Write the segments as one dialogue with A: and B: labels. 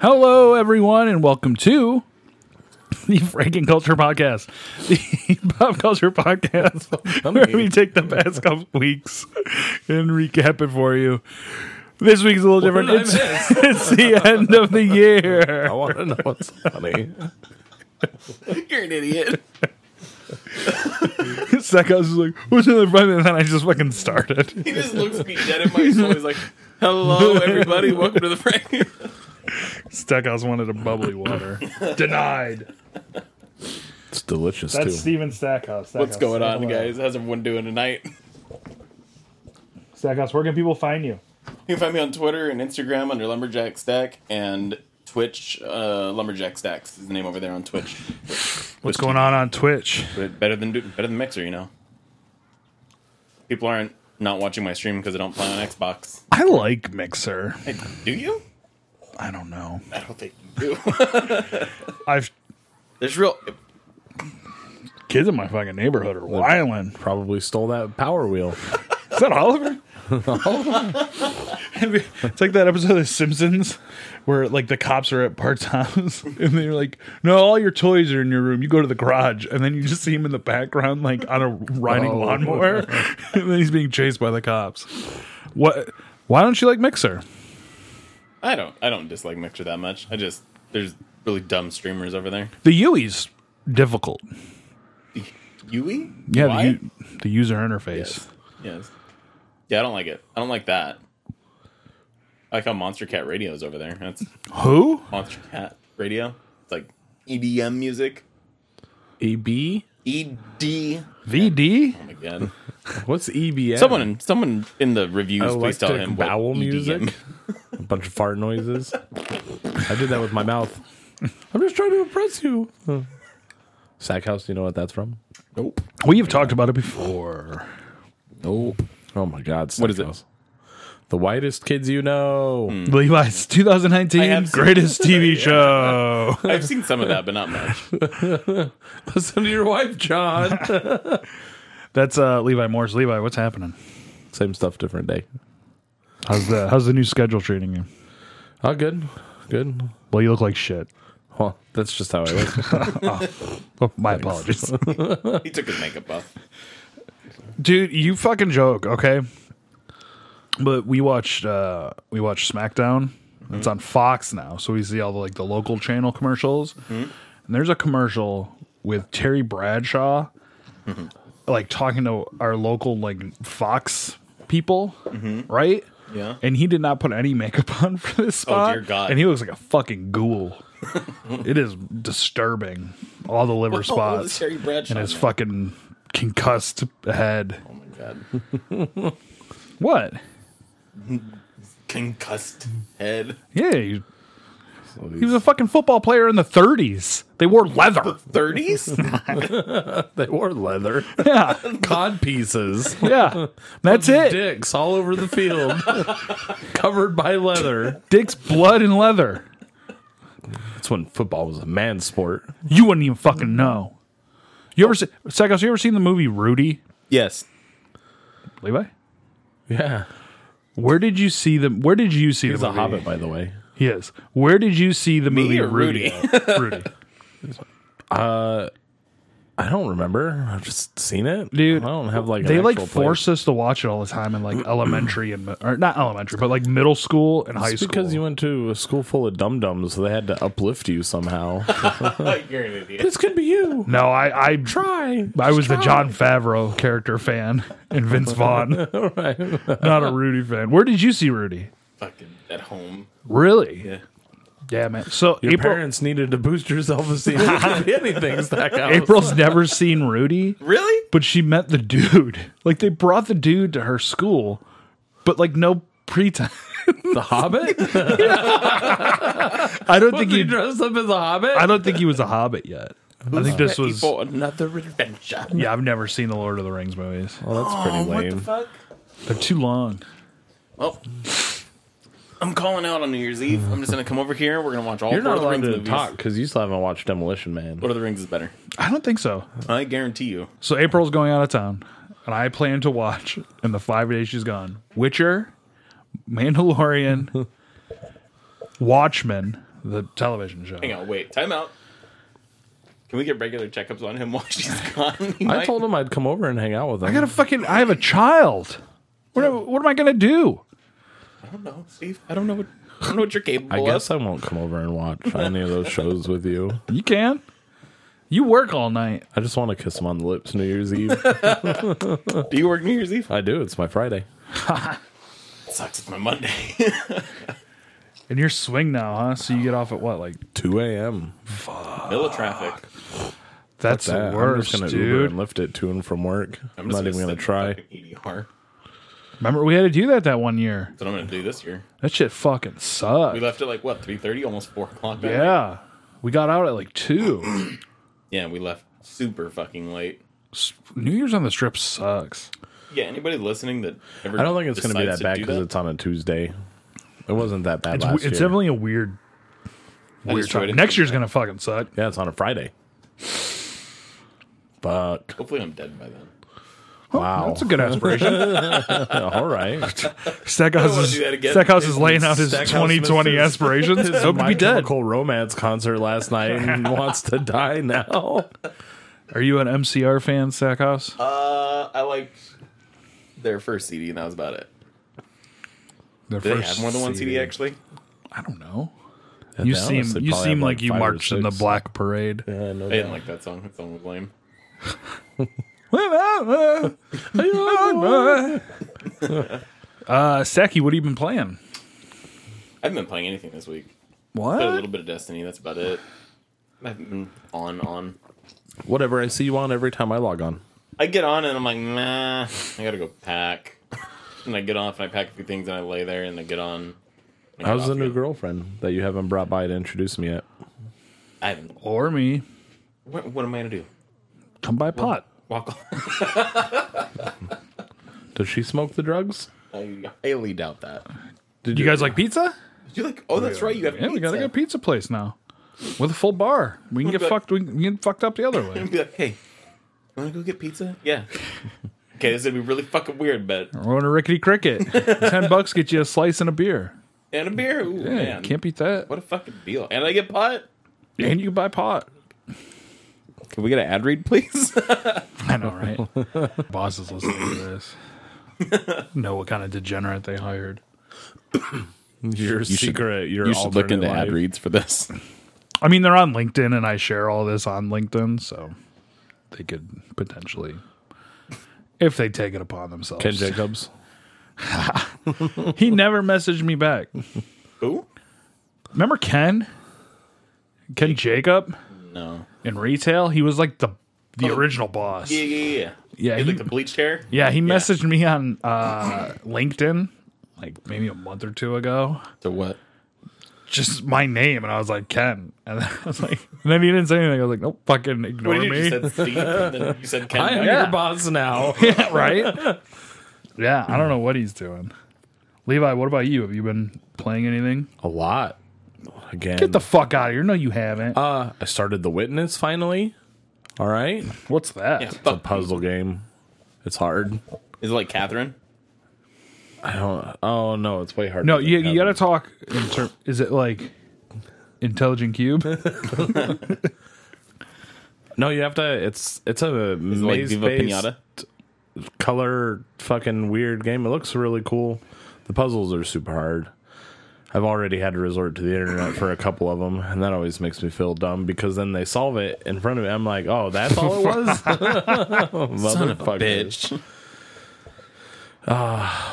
A: Hello, everyone, and welcome to the Franken Culture Podcast, the pop culture podcast where we take the past couple weeks and recap it for you. This week's a little different.
B: did I
A: It's, it's the end of the year.
B: I want to know what's funny.
C: You're an idiot.
A: Second, I was just like, "What's in the front?" And then I just fucking started.
C: He just looks me dead in my soul. He's like, "Hello, everybody. Welcome to the Frank."
A: Stackhouse wanted a bubbly water. Denied.
B: It's delicious
A: That's
B: too.
A: Steven Stackhouse. Stackhouse,
C: What's going
A: say
C: on,
A: hello.
C: guys? How's everyone doing tonight?
A: Stackhouse, where can people find you?
C: You can find me on Twitter and Instagram under Lumberjack Stack and Twitch. Uh, Lumberjack Stacks is the name over there on Twitch.
A: What's going on on Twitch?
C: But better than better than Mixer, you know. People aren't not watching my stream because I don't play on Xbox.
A: I like Mixer.
C: Hey, do you?
A: I don't know.
C: I don't think you do.
A: I've
C: There's real.
A: kids in my fucking neighborhood are wilding.
B: Probably stole that power wheel.
A: Is that Oliver? it's like that episode of The Simpsons where like the cops are at parts house and they're like, "No, all your toys are in your room. You go to the garage." And then you just see him in the background, like on a riding
B: Oh.
A: lawnmower, and then he's being chased by the cops. What? Why don't you like Mixer?
C: I don't. I don't dislike Mixer that much. I just there's really dumb streamers over there.
A: The Yui's difficult.
C: Yui?
A: Yeah,
C: Why?
A: the, u- the user interface.
C: Yes. Yes. Yeah, I don't like it. I don't like that. I like how Monster Cat Radio is over there. That's
A: Who?
C: Monster Cat Radio. It's like EDM music.
B: E
C: E
B: EB?
C: ED.
A: VD?
C: Oh my god.
B: What's E EBM?
C: Someone, someone in the reviews, please tell
B: Electric
C: him what E
B: bowel
C: EDM
B: music. A bunch of fart noises. I did that with my mouth. I'm just trying to impress you. Sackhouse, do you know what that's from? Nope.
A: We've talked about it before.
B: Nope. Oh my God.
C: What is it? Hmm.
B: Stackhouse. The whitest kids you know.
A: Levi's
C: I
A: 2019
C: have seen-
A: greatest TV show.
C: I've seen some of that, but not much.
B: Listen to your wife, John.
A: That's uh, Levi Morris. Levi, what's happening?
B: Same stuff, different day.
A: How's the How's the new schedule treating you?
B: Oh, good. Good.
A: Well, you look like shit.
B: Well, that's just how I was.
A: Oh, my apologies,
C: He took his makeup off.
A: dude. You fucking joke, okay? But we watched uh, we watched SmackDown. It's
C: Mm-hmm.
A: on Fox now, so we see all the like the local channel commercials.
C: Mm-hmm.
A: And there's a commercial with Terry Bradshaw,
C: Mm-hmm.
A: like talking to our local like Fox people, right?
C: Mm-hmm. Yeah. Oh,
A: and he did not put any makeup on for this spot.
C: dear God.
A: And he looks like a fucking ghoul. it is disturbing. All the liver
C: Oh, the
A: spots
C: Terry Bradshaw.
A: and his
C: man.
A: fucking concussed head.
C: Oh my god.
A: What?
C: Concussed head.
A: Yeah, you, he was a fucking football player in the 30s. They wore leather.
C: 30s?
B: They wore leather.
A: Yeah,
B: Cod pieces.
A: yeah. That's it.
B: Dicks all over the field. covered by leather.
A: Dick's blood and leather.
B: That's when football was a man sport.
A: You wouldn't even fucking know. You ever see, Sackhouse, you ever seen the movie Rudy?
C: yes.
A: Levi?
B: Yeah.
A: Where did you see the? Where did you see
B: He's
A: the
B: a
A: movie?
B: hobbit, by the way.
A: Yes. Where did you see the movie
C: or
A: Rudy? Rudy.
B: I don't remember. I've just seen it.
A: Dude,
B: I don't have like an
A: They like
B: actual place.
A: force us to watch it all the time in like elementary and or not elementary, but like middle school and high
B: It's
A: school.
B: because you went to a school full of dum dums, so they had to uplift you somehow.
C: Oh, You're an idiot.
B: this could be you.
A: no, I I
B: Try.
A: I was the
B: Try.
A: John Favreau character fan and Vince Vaughn,
B: All right.
A: not a Rudy fan. Where did you see Rudy?
C: Fucking at home.
A: Really?
C: Yeah.
A: Damn it. So
B: Your
A: April
B: parents needed to boost your self esteem. It could be anything, Stackhouse.
A: April's never seen Rudy,
C: Really?
A: but she met the dude. Like they brought the dude to her school, but like no pretense.
B: The Hobbit?
A: I don't
B: Think
A: think
B: he
A: he
B: dressed up as a Hobbit?
A: I don't think he was a hobbit yet. I think this
C: Ready
A: was.
C: for another adventure.
A: Yeah, I've never seen the Lord of the Rings movies.
B: Well, that's pretty lame.
C: fuck?
A: They're too long.
C: Well, I'm calling out on New Year's Eve. I'm just gonna come over here. We're gonna watch all
B: You're
C: four
B: not
C: of the
B: allowed
C: Rings
B: to
C: movies.
B: talk because you still haven't watched Demolition Man.
C: Lord of the Rings is better.
A: I don't think so.
C: I guarantee you.
A: So April's going out of town, and I plan to watch in the five days she's gone. Witcher, Mandalorian, Watchmen, the television show.
C: Hang on, wait, time out. Can we get regular checkups on him while she's gone? He
B: I
C: might-
B: told him I'd come over and hang out with him.
A: I got to fucking. I have a child. What, am- what am I gonna do?
C: I don't know, Steve. I don't know what I don't know what you're capable
B: I
C: of.
B: guess I won't come over and watch any of those shows with you.
A: You can. You work all night.
B: I just want to kiss him on the lips New Year's Eve.
C: Do you work New Year's Eve?
B: I do. It's my Friday.
C: sucks. It's my Monday.
A: And you're swing now, huh? So you get off at what? Like
B: 2 a.m.
C: Middle of traffic.
A: that's
B: That-
A: the
B: I'm
A: worst,
B: just gonna Uber
A: dude.
B: and lift it to and from work. I'm,
C: just
B: not even gonna
C: sit in
B: try.
C: fucking EDR.
A: Remember we had to do that that one year.
C: That's what I'm gonna do this year.
A: That shit fucking
C: We
A: sucked.
C: left at like what three thirty, almost four o'clock. that night?
A: Yeah, we got out at like two.
C: Yeah, we left super fucking late.
A: S- New Year's on the Strip sucks.
C: Yeah, anybody listening that ever
B: I don't think it's gonna be
C: decides
B: that bad
C: do
B: because it's on a Tuesday. It wasn't that bad
A: It's,
B: last
A: it's
B: year.
A: definitely a weird,
C: I
A: weird
C: just tried
A: time.
C: it.
A: Next year's gonna fucking suck.
B: yeah, it's on a Friday. Fuck.
C: Hopefully, I'm dead by then.
A: Oh,
B: Wow.
A: That's a good aspiration.
B: All right.
A: Stackhouse
C: wanna
A: is
C: do that again.
A: Stackhouse is laying out his
B: Stackhouse
A: 2020
B: misses.
A: aspirations. Hope to
B: My
A: be dead.
B: Chemical Romance concert last night and wants to die now.
A: Are you an MCR fan, Stackhouse?
C: Uh, I liked their first CD, and that was about it.
A: Their
C: Did they have more than one CD,
B: CD.
C: actually?
A: I don't know. You
B: They
A: seem
B: honestly
A: you
B: probably
A: seem
B: have,
A: like you
B: five or
A: marched in the
B: six.
A: black parade.
B: Yeah, I know
C: I didn't
B: that.
C: like that song. That song was lame.
A: Uh, Saki, what have you been playing?
C: I haven't been playing anything this week.
A: What?
C: Played a little bit of Destiny. That's about it. I haven't been on on.
B: Whatever. I see you on every time I log on.
C: I get on and I'm like, nah, I gotta go pack. and I get off and I pack a few things and I lay there and I get on. and I
B: How's
C: get
B: the
C: off
B: new
C: again.
B: girlfriend that you haven't brought by to introduce me yet?
C: I haven't.
A: Or me?
C: What, what am I gonna do?
A: Come by pot.
C: Walk off?
B: Does she smoke the drugs?
C: I highly doubt that.
A: Did you guys like pizza?
C: You like? Oh, that's right. You have.
A: Yeah, we got
C: pizza.
A: to get a pizza place now with a full bar. We can get
C: But-
A: fucked. We can get fucked up the other way.
C: and be like, hey, you wanna go get pizza? Yeah. okay, this is gonna be really fucking weird, but
A: We're going to Rickety Cricket. Ten bucks get you a slice and a beer.
C: and a beer. Ooh,
A: Yeah,
C: man.
A: can't beat that.
C: what a fucking deal. And I get pot.
A: And you can buy pot.
C: Can we get an ad read, please?
A: I know, right? Boss is listening to this. know what kind of degenerate they hired.
B: Your
C: should-
B: secret. your
C: you should look
B: alternate
C: into
B: life.
C: ad reads for this.
A: I mean, they're on LinkedIn, and I share all this on LinkedIn, so they could potentially, if they take it upon themselves.
B: Ken Jacobs.
A: he never messaged me back.
C: Who?
A: Remember Ken? Ken Jacob
C: No.
A: in retail? He was like the the original boss.
C: Yeah, yeah, yeah.
A: Yeah,
C: Oh, He had,
A: he-
C: like the bleached hair.
A: Yeah, he messaged me on uh, LinkedIn like maybe a month or two ago.
C: To what?
A: Just my name, and I was like Ken, and then I was like, and then he didn't say anything. I was like, nope, fucking ignore
C: What did you,
A: me.
C: do? you said? Steve, and then you said Ken.
B: I am
A: Yeah.
B: your boss now.
A: Yeah, right? yeah, I don't know what he's doing. Levi, what about you? Have you been playing anything?
B: A lot. Again.
A: Get the fuck out of here. No, you haven't.
B: uh, I started The Witness finally. All right.
A: What's that?
C: Yeah,
B: It's a
C: fuck.
B: puzzle game. It's hard.
C: Is it like Catherine?
B: I don't. Oh no, it's way harder.
A: No,
B: than
A: you, you
B: heaven.
A: gotta talk in ter- is it like Intelligent Cube?
B: No, you have to. It's it's a
C: Is it like
B: maze
C: Viva Pinata?
B: color fucking weird game. It looks really cool. The puzzles are super hard. I've already had to resort to the internet for a couple of them, and that always makes me feel dumb because then they solve it in front of me. I'm like, oh, that's all it was. Son
C: Bitch.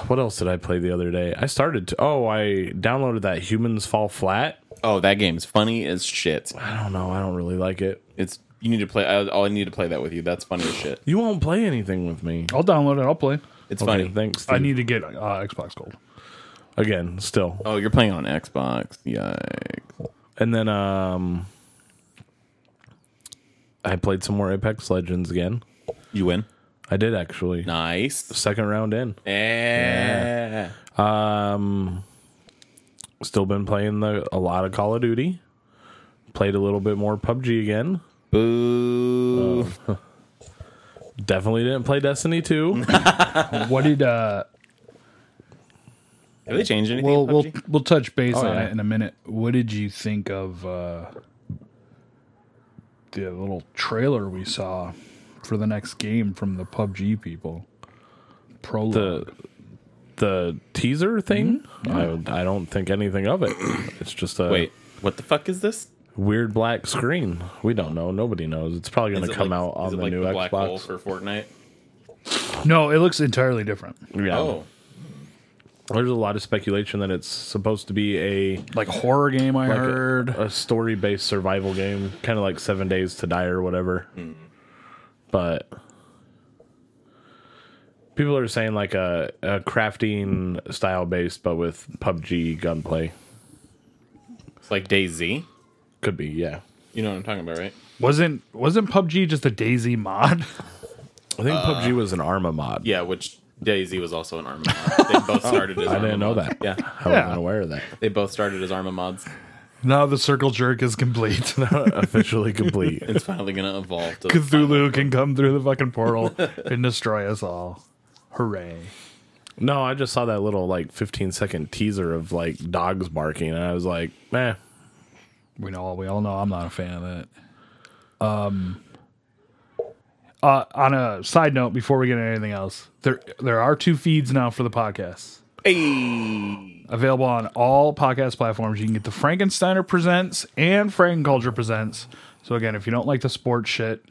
B: What else did I play the other day? I started to. Oh, I downloaded that Humans Fall Flat.
C: Oh, that game's funny as shit.
B: I don't know. I don't really like it.
C: It's you need to play. I, oh, I need to play that with you. That's funny as shit.
B: You won't play anything with me.
A: I'll download it, I'll play.
C: It's
B: Okay,
C: funny.
B: thanks.
A: I
B: Steve.
A: need to get uh, Xbox Gold.
B: again. Still,
C: Oh, you're playing on Xbox. Yikes.
B: And then um I played some more Apex Legends again.
C: You win.
B: I did actually.
C: Nice.
B: Second round in.
C: Yeah.
B: Um still been playing the a lot of Call of Duty. Played a little bit more PUBG again.
C: Boo.
B: Definitely didn't play Destiny 2.
A: What did uh
C: Have they changed anything?
A: We'll
C: in
A: we'll
C: PUBG?
A: we'll touch base
B: Oh,
A: on
B: yeah.
A: it in a minute. What did you think of uh, the little trailer we saw for the next game from the PUBG people? Prologue.
B: the the teaser thing. I, I don't think anything of it. It's just a
C: Wait, what the fuck is this?
B: weird black screen. We don't know. Nobody knows. It's probably going
C: Is
B: to
C: it
B: come
C: like-
B: out
C: is
B: on
C: it
B: the
C: like
B: new
C: the black hole
B: Xbox.
C: for Fortnite.
A: no, it looks entirely different.
B: Yeah.
C: Oh,
B: There's a lot of speculation that it's supposed to be a
A: Like horror game, I
B: like a- uh,
A: heard.
B: a, story based survival game, kind of like Seven Days to Die or whatever.
C: Mm.
B: But people are saying like a, a crafting style based, but with PUBG gunplay.
C: it's like Daisy.
B: Could be, yeah.
C: You know what I'm talking about, right?
A: wasn't wasn't PUBG just a Daisy mod?
B: I think PUBG was an Arma mod.
C: Uh, Yeah, which Daisy was also an Arma. mod. They both started as.
B: I didn't know that.
C: Yeah,
B: I
A: Yeah.
B: wasn't aware of that.
C: they both started as Arma mods.
A: now the circle jerk is complete.
B: Officially complete.
C: It's finally gonna evolve. To
A: Cthulhu can come through the fucking portal and destroy us all. Hooray!
B: No, I just saw that little like 15 second teaser of like dogs barking, and I was like, eh.
A: We know we all know I'm not a fan of that. Um uh, on a side note before we get into anything else, there there are two feeds now for the podcast.
C: Hey,
A: Available on all podcast platforms. You can get the Frankensteiner Presents and Frankenculture Presents. So again, if you don't like the sports shit,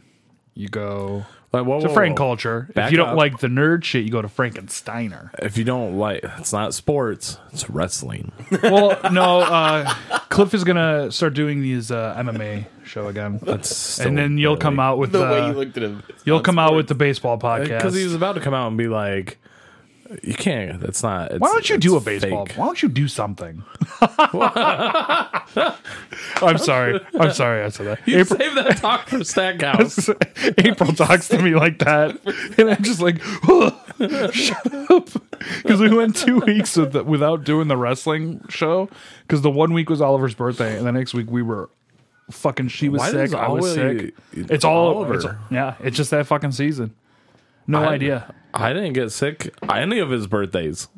A: you go
B: Like, whoa,
A: to
B: whoa, whoa.
A: Frankenculture. If
B: Oh, Back
A: you don't
B: up.
A: like the nerd shit, you go to Frankensteiner.
B: If you don't like, it's not sports, it's wrestling.
A: well, no, uh, Cliff is gonna start doing these uh, MMA show again,
B: That's so
A: and then you'll
B: silly.
A: come out with uh,
C: the
A: the,
C: way you looked at him. it's
A: you'll
C: not
A: come out with
C: sports.
A: the
B: Uh,
A: baseball podcast.
B: because he was about to come out and be like, "You can't. That's not." It's,
A: Why don't you
B: it's
A: do a baseball?
B: fake."
A: Why don't you do something? I'm sorry. I'm sorry. I said that.
B: You
A: April,
B: save that talk for Stackhouse.
A: April talks to me like that, and I'm just like, shut up. Because we went two weeks with without doing the wrestling show. Because the one week was Oliver's birthday, and the next week we were fucking. She was
B: Why
A: sick.
B: does
A: I was
B: Ollie-
A: sick. It's all
B: Oliver.
A: over. yeah, it's just that fucking season. No
B: I-
A: idea.
B: I didn't get sick any of his birthdays.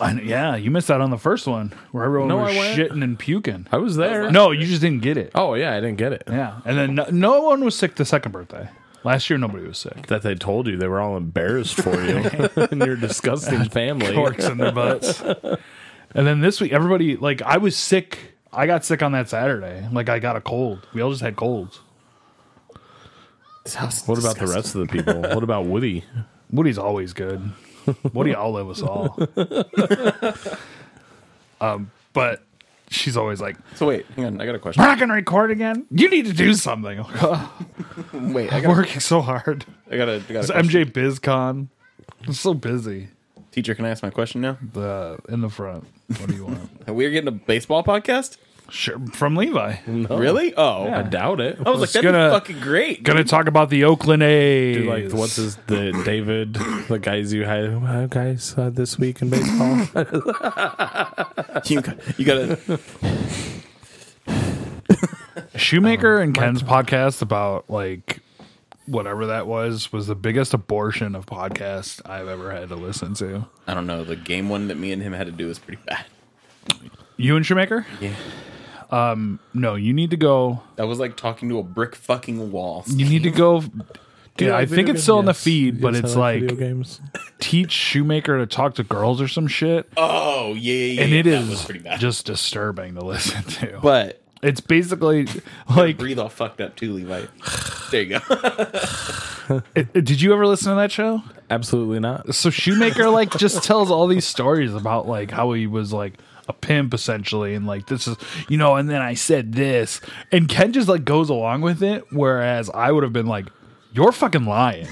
A: I, yeah, you missed out on the first one where everyone
B: No,
A: was
B: I went.
A: shitting and puking.
B: I was there.
A: No, you just didn't get it.
B: Oh yeah, I didn't get it.
A: Yeah, and then no, no one was sick the second birthday. Last year, nobody was sick.
B: That they told you they were all embarrassed for you and your disgusting family.
A: Forks in their butts. And then this week, everybody like I was sick. I got sick on that Saturday. Like I got a cold. We all just had colds.
B: What about the rest of the people? What about Woody?
A: Woody's always good. Woody Olive us all. um, but she's always like,
C: So wait, hang on. I got a question.
A: "We're not gonna record again. You need to do something." I'm like, "Ugh,
C: Wait, I
A: I'm
C: got.
A: working so hard.
C: I got a. I got
A: It's
C: a question.
A: MJ BizCon. I'm so busy.
C: Teacher, can I ask my question now?
A: The in the front. What do you want?
C: We're getting a baseball podcast.
A: sure, from Levi.
C: Really? Oh,
B: I doubt it.
C: I was like,
A: It's
C: that'd
A: gonna-
C: be fucking great.
A: Gonna talk about the Oakland A's.
B: like what's his the David the guys you had uh, guys uh, this week in baseball.
C: You got, you got to.
A: Shoemaker
B: Uh,
A: and Ken's podcast about like whatever that was was the biggest abortion of podcast I've ever had to listen to.
C: I don't know. The game one that me and him had to do was pretty bad.
A: You and Shoemaker? Yeah. Um, no, you need to go.
C: That was like talking to a brick fucking wall.
A: You need to go.
B: Do you
A: Yeah,
B: like
A: I
B: video
A: think it's
B: games?
A: still in the
B: Yes.
A: feed, but
B: Yes, I
A: it's like
B: video games.
A: teach Shoemaker to talk to girls or some shit,
C: Oh yeah, yeah, yeah.
A: and it
C: that
A: is
C: was pretty bad.
A: just disturbing to listen to.
C: but
A: it's basically like,
C: breathe all fucked up too, Levi. There you go.
A: it- did you ever listen to that show?
B: Absolutely not.
A: so shoemaker like just tells all these stories about like how he was like a pimp essentially and like this is you know and then i said this and ken just like goes along with it whereas i would have been like you're fucking lying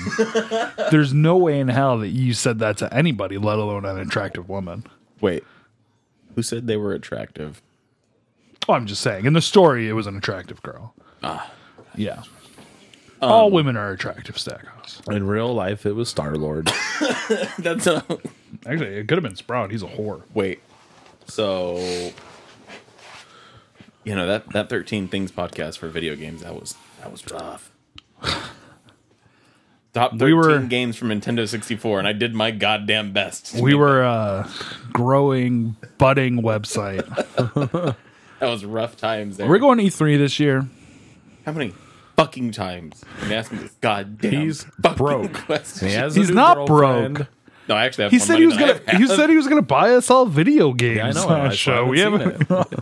A: there's no way in hell that you said that to anybody let alone an attractive woman
C: Wait, who said they were attractive?
A: oh, i'm just saying in the story it was an attractive girl yeah all women are attractive stackhouse
B: In real life, it was Star Lord.
C: That's a
A: actually it could have been sprout he's a whore
C: wait. So you know that that thirteen things podcast for video games that was that was rough. Top 13
A: We were-
C: games from Nintendo 64, and I did my goddamn best.
A: We were a growing, budding website.
C: That was rough times there.
A: We're going E3 this year.
C: How many fucking times? And they asked me this goddamn
B: He's
C: fucking
B: broke. And
C: question.
B: he has a
A: He's
B: new
A: not
B: girlfriend.
A: broke.
C: No, I actually have
A: He
C: more
A: said
C: money
A: he was
C: than
A: gonna.
C: I
A: He
C: have.
A: said he was gonna buy us all video games
B: I know.
A: on
B: I
A: our show. We
B: haven't
A: haven't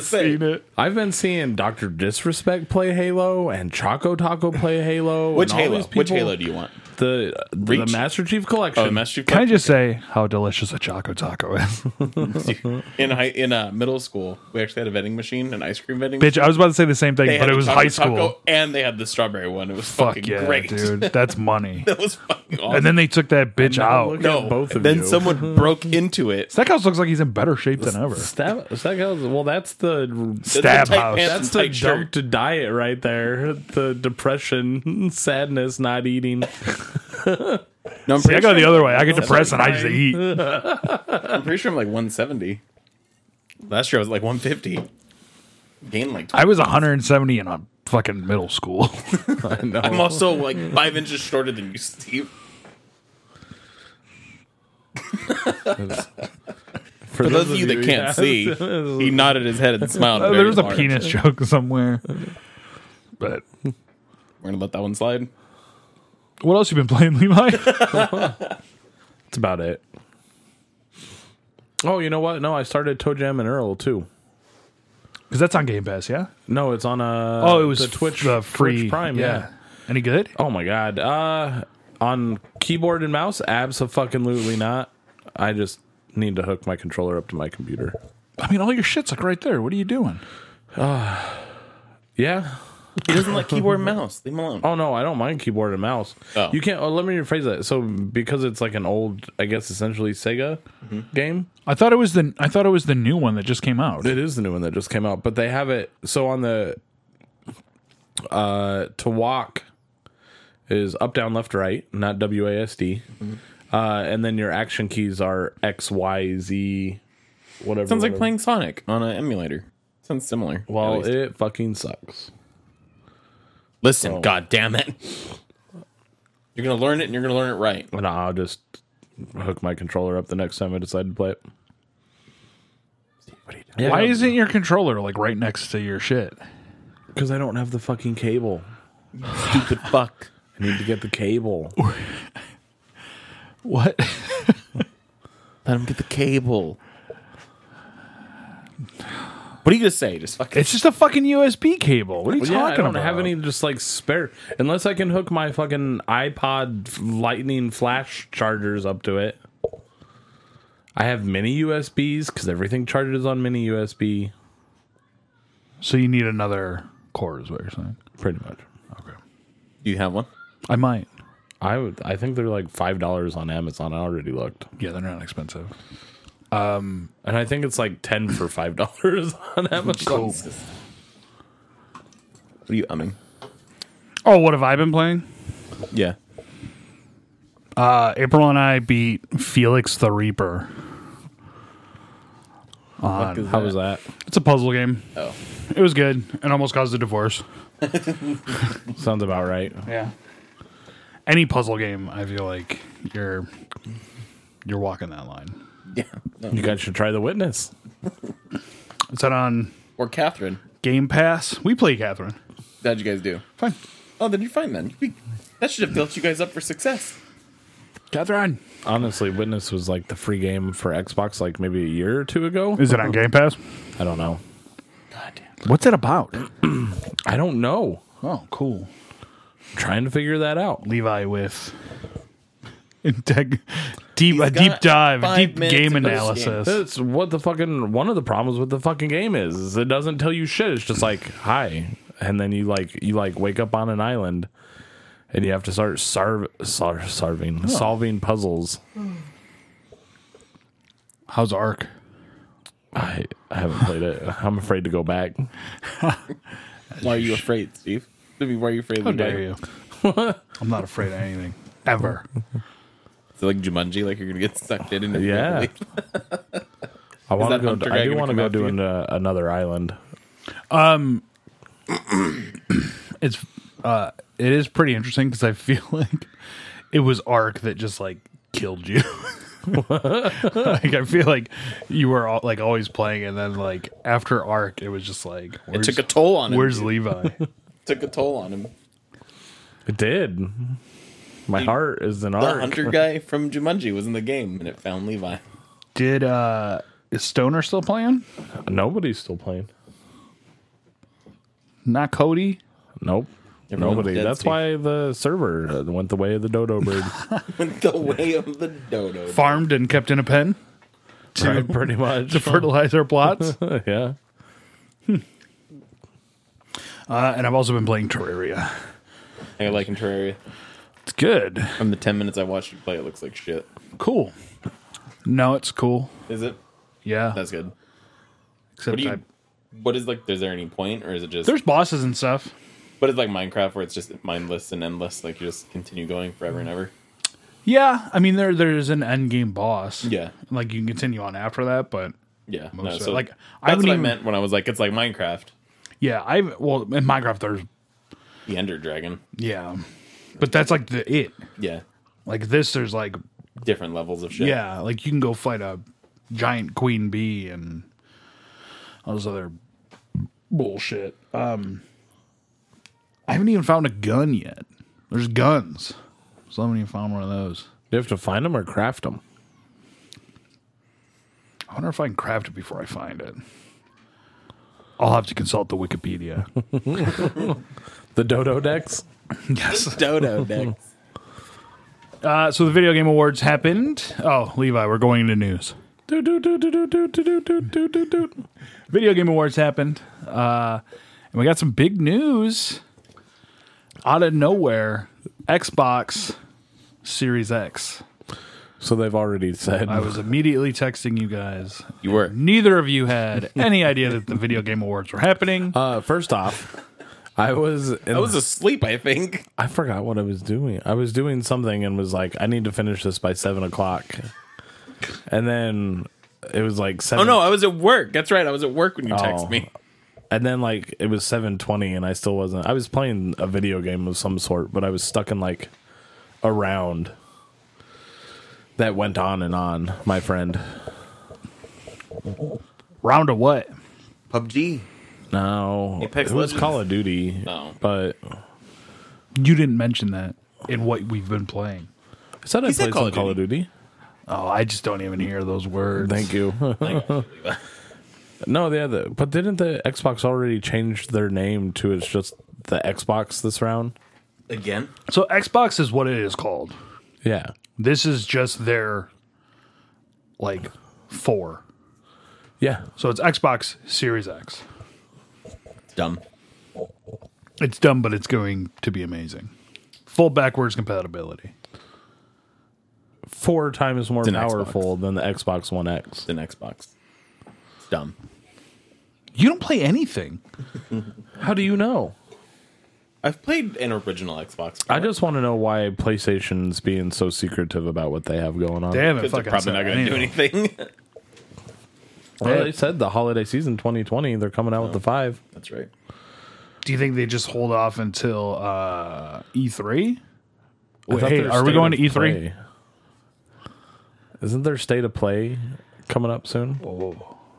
B: seen it.
A: haven't
C: say.
A: seen it.
B: I've been seeing Doctor Disrespect play Halo and Choco Taco play Halo.
C: Which
B: and all
C: Halo?
B: these
C: Which
B: people-
C: Halo do you want?
B: The the,
C: Reach?
B: Master Chief Collection.
C: Oh, the Master Chief
A: Can I
C: Collection?
A: just say how delicious a Choco Taco is?
C: in high, in uh, middle school, we actually had a vending machine, an ice cream vending.
A: Bitch, I was about to say the same thing,
C: They had
A: but it
C: a
A: was
C: Taco
A: high school.
C: Taco and they had the strawberry one. It was
A: Fuck
C: fucking
A: yeah,
C: great,
A: dude. That's money.
C: That was fucking awesome.
A: and then they took that bitch
B: now
A: out.
B: look-
C: no,
B: both of
C: then
B: you.
C: someone broke into it.
A: Stackhouse looks like he's in better shape than ever.
B: Stab, stab house. Well, that's the
A: Stab
C: tight
A: house.
C: pants.
B: that's
C: and
B: the
C: tight shirt.
B: jump to diet right there. The depression, sadness, not eating.
C: No, I'm
A: See, I
C: pretty,
A: go
C: sure,
A: the other way. I get depressed and I just eat.
C: I'm pretty sure I'm like 170. Last year I was like 150. Gained like 20.
A: I was 170 in a fucking middle school.
B: I know.
C: I'm also like five inches shorter than you, Steve. For those of you that can't
B: yeah.
C: see, he nodded his head and smiled.
A: Uh,
C: very
A: there was a
C: large.
A: penis joke somewhere. But
C: We're gonna let that one slide.
A: what else you been playing, Levi?
B: That's about it. Oh, you know what? No, I started Toe Jam and Earl too.
A: Because that's on Game Pass, yeah.
B: No, it's on a
A: Oh, it was
B: the Twitch
A: the free
B: Twitch Prime. Yeah.
A: Any good?
B: Oh my god. Uh, on keyboard and mouse, absolutely not. I just need to hook my controller up to my computer.
A: I mean, all your shit's like right there. What are you doing?
B: Yeah.
C: He doesn't like keyboard and mouse. Leave him alone.
B: Oh no, I don't mind keyboard and mouse.
C: Oh.
B: You can't. Oh, let me rephrase that. So because it's like an old, I guess essentially Sega game.
A: I thought it was the I thought it was the new one that just came out.
B: It is the new one that just came out, but they have it. So on the uh, to walk is up, down, left, right, not WASD. Uh, and then your action keys are X, Y, Z, whatever.
C: Sounds like
B: whatever.
C: playing Sonic on an emulator. Sounds similar. at
B: Well,
C: least.
B: it fucking sucks.
C: listen, god damn it. You're gonna learn it and you're gonna learn it right.
B: And I'll just hook my controller up the next time I decide to play it.
A: Why isn't your controller like right next to your shit?
B: Because I don't have the fucking cable.
C: Stupid fuck.
B: I need to get the cable.
A: What?
C: Let him get the cable. What are you gonna say? Just fucking
A: It's just a fucking USB cable. What are you
B: Well,
A: talking
B: yeah, I don't
A: about?
B: have any just like spare unless I can hook my fucking iPod Lightning flash chargers up to it. I have mini USBs because everything charges on mini USB,
A: So you need another core, is what you're saying?
B: pretty much.
C: Do you have one?
A: I might.
B: I would, I think they're like five dollars on Amazon. I already looked,
A: Yeah, they're not expensive.
B: and I think it's like ten for five dollars on Amazon.
C: What are you umming?
D: Oh, what have I been playing?
C: Yeah.
A: Uh, April and I beat Felix the Reaper.
B: How was that?
D: It's a puzzle game.
C: Oh.
D: It was good and almost caused a divorce.
B: Sounds about right.
D: Yeah.
A: Any puzzle game, I feel like you're you're walking that line.
C: Yeah. No.
B: You guys should try the Witness.
A: Is that on
C: Or Catherine.
A: Game Pass?
D: We play Catherine.
C: How'd you guys do?
D: Fine.
C: Oh, then you're fine then. We- That should have built you guys up for success.
D: Catherine.
B: Honestly, Witness was like the free game for Xbox like maybe a year or two ago.
A: Is it on Game Pass?
B: I don't know.
C: God damn.
A: What's it about?
B: I don't know.
A: Oh, cool.
B: trying to figure that out.
A: Levi with integ- deep a
C: got
A: deep dive, a
C: five
A: deep
C: minutes
A: game
C: of this
A: analysis.
B: That's what the fucking one of the problems with the fucking game is, is it doesn't tell you shit. It's just like hi, and then you like you like wake up on an island, and you have to start sarv sar- sarving solving puzzles.
A: How's Ark?
B: I, I haven't played it. I'm afraid to go back.
C: Why are you afraid, Steve? I mean, Why are you afraid?
A: How dare you? I'm not afraid of anything ever.
C: Is it like Jumanji? Like you're gonna get sucked in? And
B: Yeah. I want to
C: that
B: go.
C: hunter guy
B: I do
C: gonna
B: want to
C: come
B: go
C: after
B: do
C: you?
B: an, uh, another island.
A: It's uh, it is pretty interesting because I feel like it was Ark that just like killed you. like I feel like you were all, like always playing, and then like after Ark, it was just like
C: It
A: where's,
C: took a toll on him.
A: where's Levi?
C: It took a toll on him.
B: It did. My heart is an
C: The
B: arc.
C: hunter guy from Jumanji was in the game and it found Levi.
A: Did uh is Stoner still playing?
B: Nobody's still playing.
A: Not Cody.
B: Nope.
C: Everyone's
B: Nobody.
C: dead,
B: That's
C: Steve.
B: why the server uh, went the way of the dodo bird.
C: Went the way of the dodo.
A: Farmed and kept in a pen
B: Right, pretty much.
A: to fertilize our plots.
B: yeah.
A: Uh, and I've also been playing Terraria.
C: I like in Terraria.
A: It's good.
C: From the 10 minutes I watched you play, it looks like shit.
A: Cool. No, it's cool.
C: Is it?
A: Yeah.
C: That's good.
A: Except
C: What do
A: I-
C: you. What is like, is there any point or is it just.
A: there's bosses and stuff.
C: But it's like Minecraft where it's just mindless and endless. Like you just continue going forever and ever.
A: Yeah, I mean there there's an end game boss.
C: Yeah.
A: Like you can continue on after that, but
C: Yeah. No,
A: most of
C: so
A: it- like
C: that's
A: I
C: what
A: haven't
C: I
A: even
C: meant when I was like, it's like Minecraft,
A: yeah I have well in Minecraft there's
C: the Ender Dragon.
A: yeah, but that's like the it
C: Yeah.
A: like this there's like
C: Different levels of shit.
A: yeah like you can go fight a giant queen bee and all this other bullshit. Um, I haven't even found a gun yet. There's guns. So I haven't even found one of those.
B: You have to find them or craft them.
A: I wonder if I can craft it before I find it. I'll have to consult the Wikipedia.
B: The dodo decks.
A: yes.
C: Dodo deck.
A: Uh, so the video game awards happened. Oh, Levi, we're going into news.
B: Do do do do do do do do do do do.
A: Video game awards happened, uh, and we got some big news out of nowhere. Xbox Series X.
B: So they've already said.
A: I was immediately texting you guys.
C: You were.
A: Neither of you had any idea that the video game awards were happening.
B: Uh, first off, I was. In,
C: I was asleep, I think.
B: I forgot what I was doing. I was doing something and was like, I need to finish this by seven o'clock. And then it was like
C: Oh
B: seven.
C: no, I was at work. That's right. I was at work when you text
B: Oh.
C: me.
B: And then like it was seven twenty, and I still wasn't. I was playing a video game of some sort, but I was stuck in like a round that went on and on. My friend,
A: Round of what?
C: PUBG.
B: no,
C: Apex
B: it was
C: Legends? Oh.
B: Call of Duty,
C: No.
B: but
A: You didn't mention that in what we've been playing.
B: I said I
C: He
B: played
C: said
B: some
C: Call of
B: Call of Duty.
A: Oh, I just don't even hear those words.
B: Thank you. no, yeah, the, but didn't the Xbox already change their name to it's just the Xbox this round?
C: Again?
A: So Xbox is what it is called.
B: Yeah,
A: This is just their like four.
B: yeah.
A: So it's Xbox Series X.
C: Dumb.
A: It's dumb, but it's going to be amazing. Full backwards compatibility.
B: Four times more
C: an
B: powerful than the Xbox One X.
C: It's an Xbox. Dumb.
A: You don't play anything.
B: How do you know?
C: I've played an original Xbox.
B: I just want to know why PlayStation's being so secretive about what they have going on.
A: They haven't
C: because they're
A: fucking said
C: probably not going to do
A: anything.
C: anything.
B: Well, they said the holiday season 2020, they're coming out with the five.
C: That's right.
A: Do you think they just hold off until uh, E3?
B: I
A: Wait,
B: thought
A: hey,
B: their
A: are we
B: state
A: going
B: of
A: to E3?
B: play- Isn't there state of play coming up soon?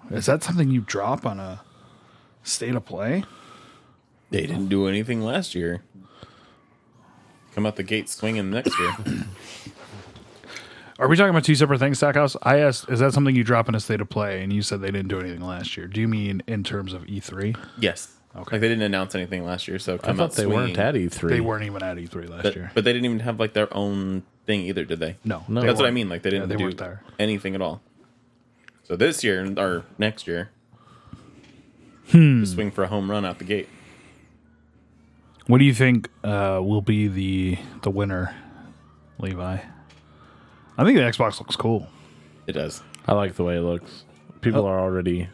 A: Is that something you drop on a state of play?
C: They didn't do anything last year. Come out the gate swinging next year.
A: Are we talking about two separate things, Stackhouse? I asked, is that something you drop in a state of play? And you said they didn't do anything last year. Do you mean in terms of E E3?
C: yes. Like they didn't announce anything last year, so
B: I
C: come
B: thought
C: out
B: they
C: swinging.
B: weren't at E E3.
A: They weren't even at E3 last
C: But,
A: year.
C: but they didn't even have like their own thing either, did they?
A: no,
B: No.
A: they
C: That's what I
A: weren't.
C: mean. Like they didn't
A: they
C: do
A: weren't there.
C: anything at all. So this year or next year,
A: Hmm.
C: just swing for a home run out the gate.
A: What do you think uh, will be the the winner, Levi? I think the Xbox looks cool.
C: It does.
B: I like the way it looks. People are already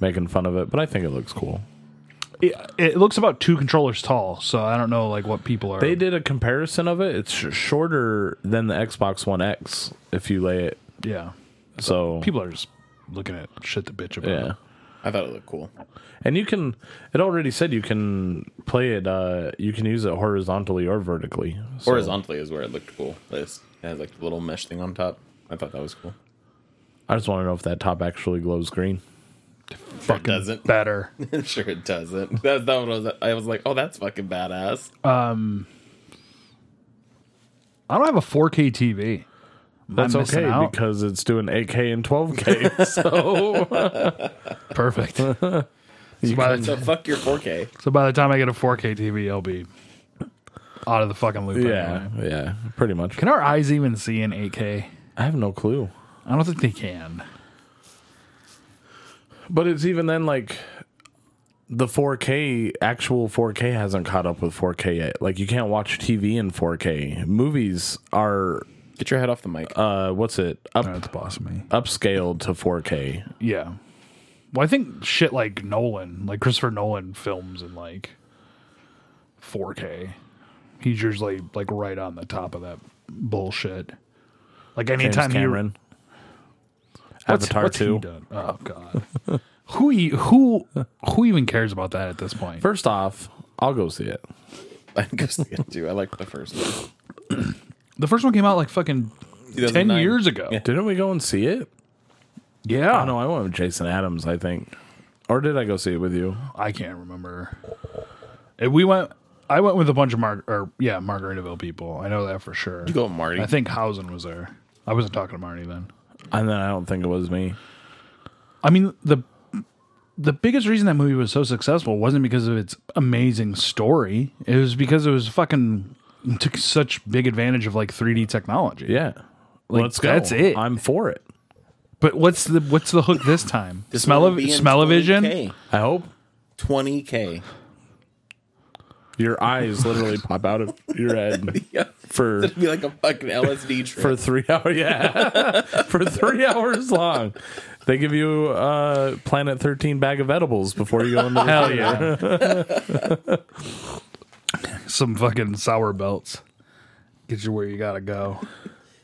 B: making fun of it, but I think it looks cool.
A: It, it looks about two controllers tall, so I don't know like what people are.
B: They did a comparison of it. It's sh- shorter than the Xbox One X if you lay it.
A: yeah,
B: So
A: people are just looking at shit to bitch about.
B: Yeah.
C: I thought it looked cool.
B: And you can, it already said you can play it, uh, you can use it horizontally or vertically. So-
C: Horizontally is where it looked cool. This it has like the little mesh thing on top. I thought that was cool.
B: I just want to know if that top actually glows green.
C: Sure it doesn't.
A: Better.
C: sure it doesn't. That, that one was. I was like, oh, that's fucking badass.
A: I don't have a 4K TV. Am I
B: That's
A: missing
B: okay
A: out?
B: because it's doing 8K and 12K. so
A: Perfect. so, by the,
C: So fuck your 4K.
A: so by the time I get a 4K TV, I'll be out of the fucking loop.
B: yeah,
A: anyway.
B: yeah, pretty much.
A: Can our eyes even see in 8K?
B: I have no clue.
A: I don't think they can.
B: But it's even then like the 4K actual 4K hasn't caught up with 4K yet. Like you can't watch TV in 4K. Movies are
C: Get your head off the mic.
B: uh what's it up
A: That's boss of me.
B: upscaled to 4K.
A: Yeah. Well, I think shit like Nolan, like Christopher Nolan films in like 4K. He's usually like right on the top of that bullshit. Like
B: James
A: anytime he
B: Cameron.
A: What's-
B: Avatar
A: what's he
B: 2.
A: done? Oh god. who e- who who even cares about that at this point?
B: First off, I'll go see it.
C: I guess they do. I like the first one.
A: The first one came out like fucking 10
C: 2009.
A: years ago.
C: Yeah.
B: Didn't we go and see it?
A: Yeah.
B: Oh no, I went with Jason Adams, I think. Or did I go see it with you?
A: I can't remember. And we went I went with a bunch of Mar- or yeah, Margaritaville people. I know that for sure.
C: You go, Marty.
A: I think Hausen was there. I wasn't talking to Marty then.
B: And then I don't think it was me.
A: I mean the the biggest reason that movie was so successful wasn't because of its amazing story. It was because it was fucking it took such big advantage of like 3D technology.
B: Yeah. Let's go.
A: that's it.
B: I'm for it.
A: But what's the what's the hook this time? smell of smell of vision.
B: I hope
C: 20K.
B: your eyes literally pop out of your head
C: Yeah.
B: for
C: It'd be like a fucking LSD trip.
B: for three hours. Yeah, for three hours long. They give you a Planet Thirteen bag of edibles before you go into. The-
A: Hell yeah. Some fucking sour belts. Get you where you gotta go.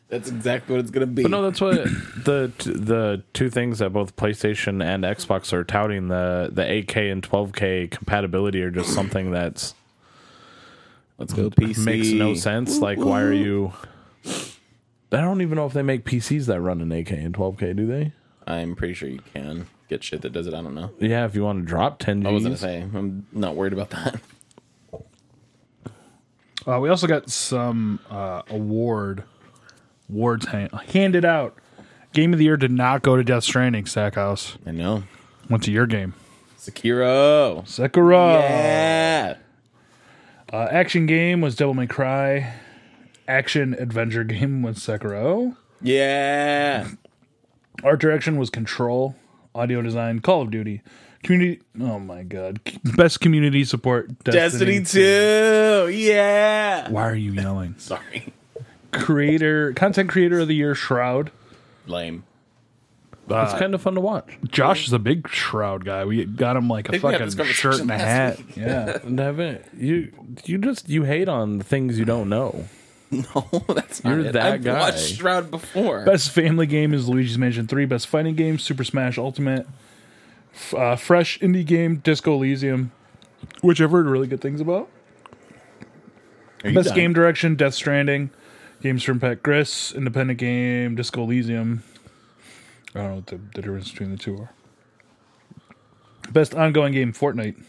C: That's exactly what it's gonna be.
B: but no, that's what the the two things that both PlayStation and Xbox are touting the the 8K and 12K compatibility are just something that's
C: Let's go PC.
B: makes no sense. Like, why are you? I don't even know if they make PCs that run in 8K and 12K. Do they?
C: I'm pretty sure you can get shit that does it. I don't know.
B: Yeah, if you want to drop 10 Gs.
C: I was gonna say I'm not worried about that.
A: Uh, we also got some uh, award awards hand, handed out. Game of the year did not go to Death Stranding. Stackhouse
C: I know.
A: went to your game.
C: Sekiro.
A: Sekiro.
C: Yeah.
A: Uh, action game was Devil May Cry. Action adventure game was Sekiro.
C: Yeah.
A: Art direction was Control. Audio design Call of Duty. Community. Oh my god. Best community support.
C: Destiny 2. Yeah.
A: Why are you yelling?
C: Sorry.
A: Creator content creator of the year Shroud.
C: Lame.
B: it's kind of fun to watch.
A: Josh is a big Shroud guy. We got him like a
C: Think we had
A: fucking
C: this
A: shirt and a hat.
C: conversation
A: Yeah.
B: Devin, you you just you hate on the things you don't know.
C: No, that's not
B: You're
C: it.
B: that
C: I've
B: guy.
C: watched Shroud before.
A: Best family game is Luigi's Mansion 3. Best fighting game, Super Smash Ultimate. F- uh, fresh indie game, Disco Elysium, which I've heard really good things about.
C: Are you
A: Best
C: done?
A: game direction, Death Stranding. Games from Pat Gris, independent game, Disco Elysium. I don't know what the, the difference between the two are. Best ongoing game, Fortnite.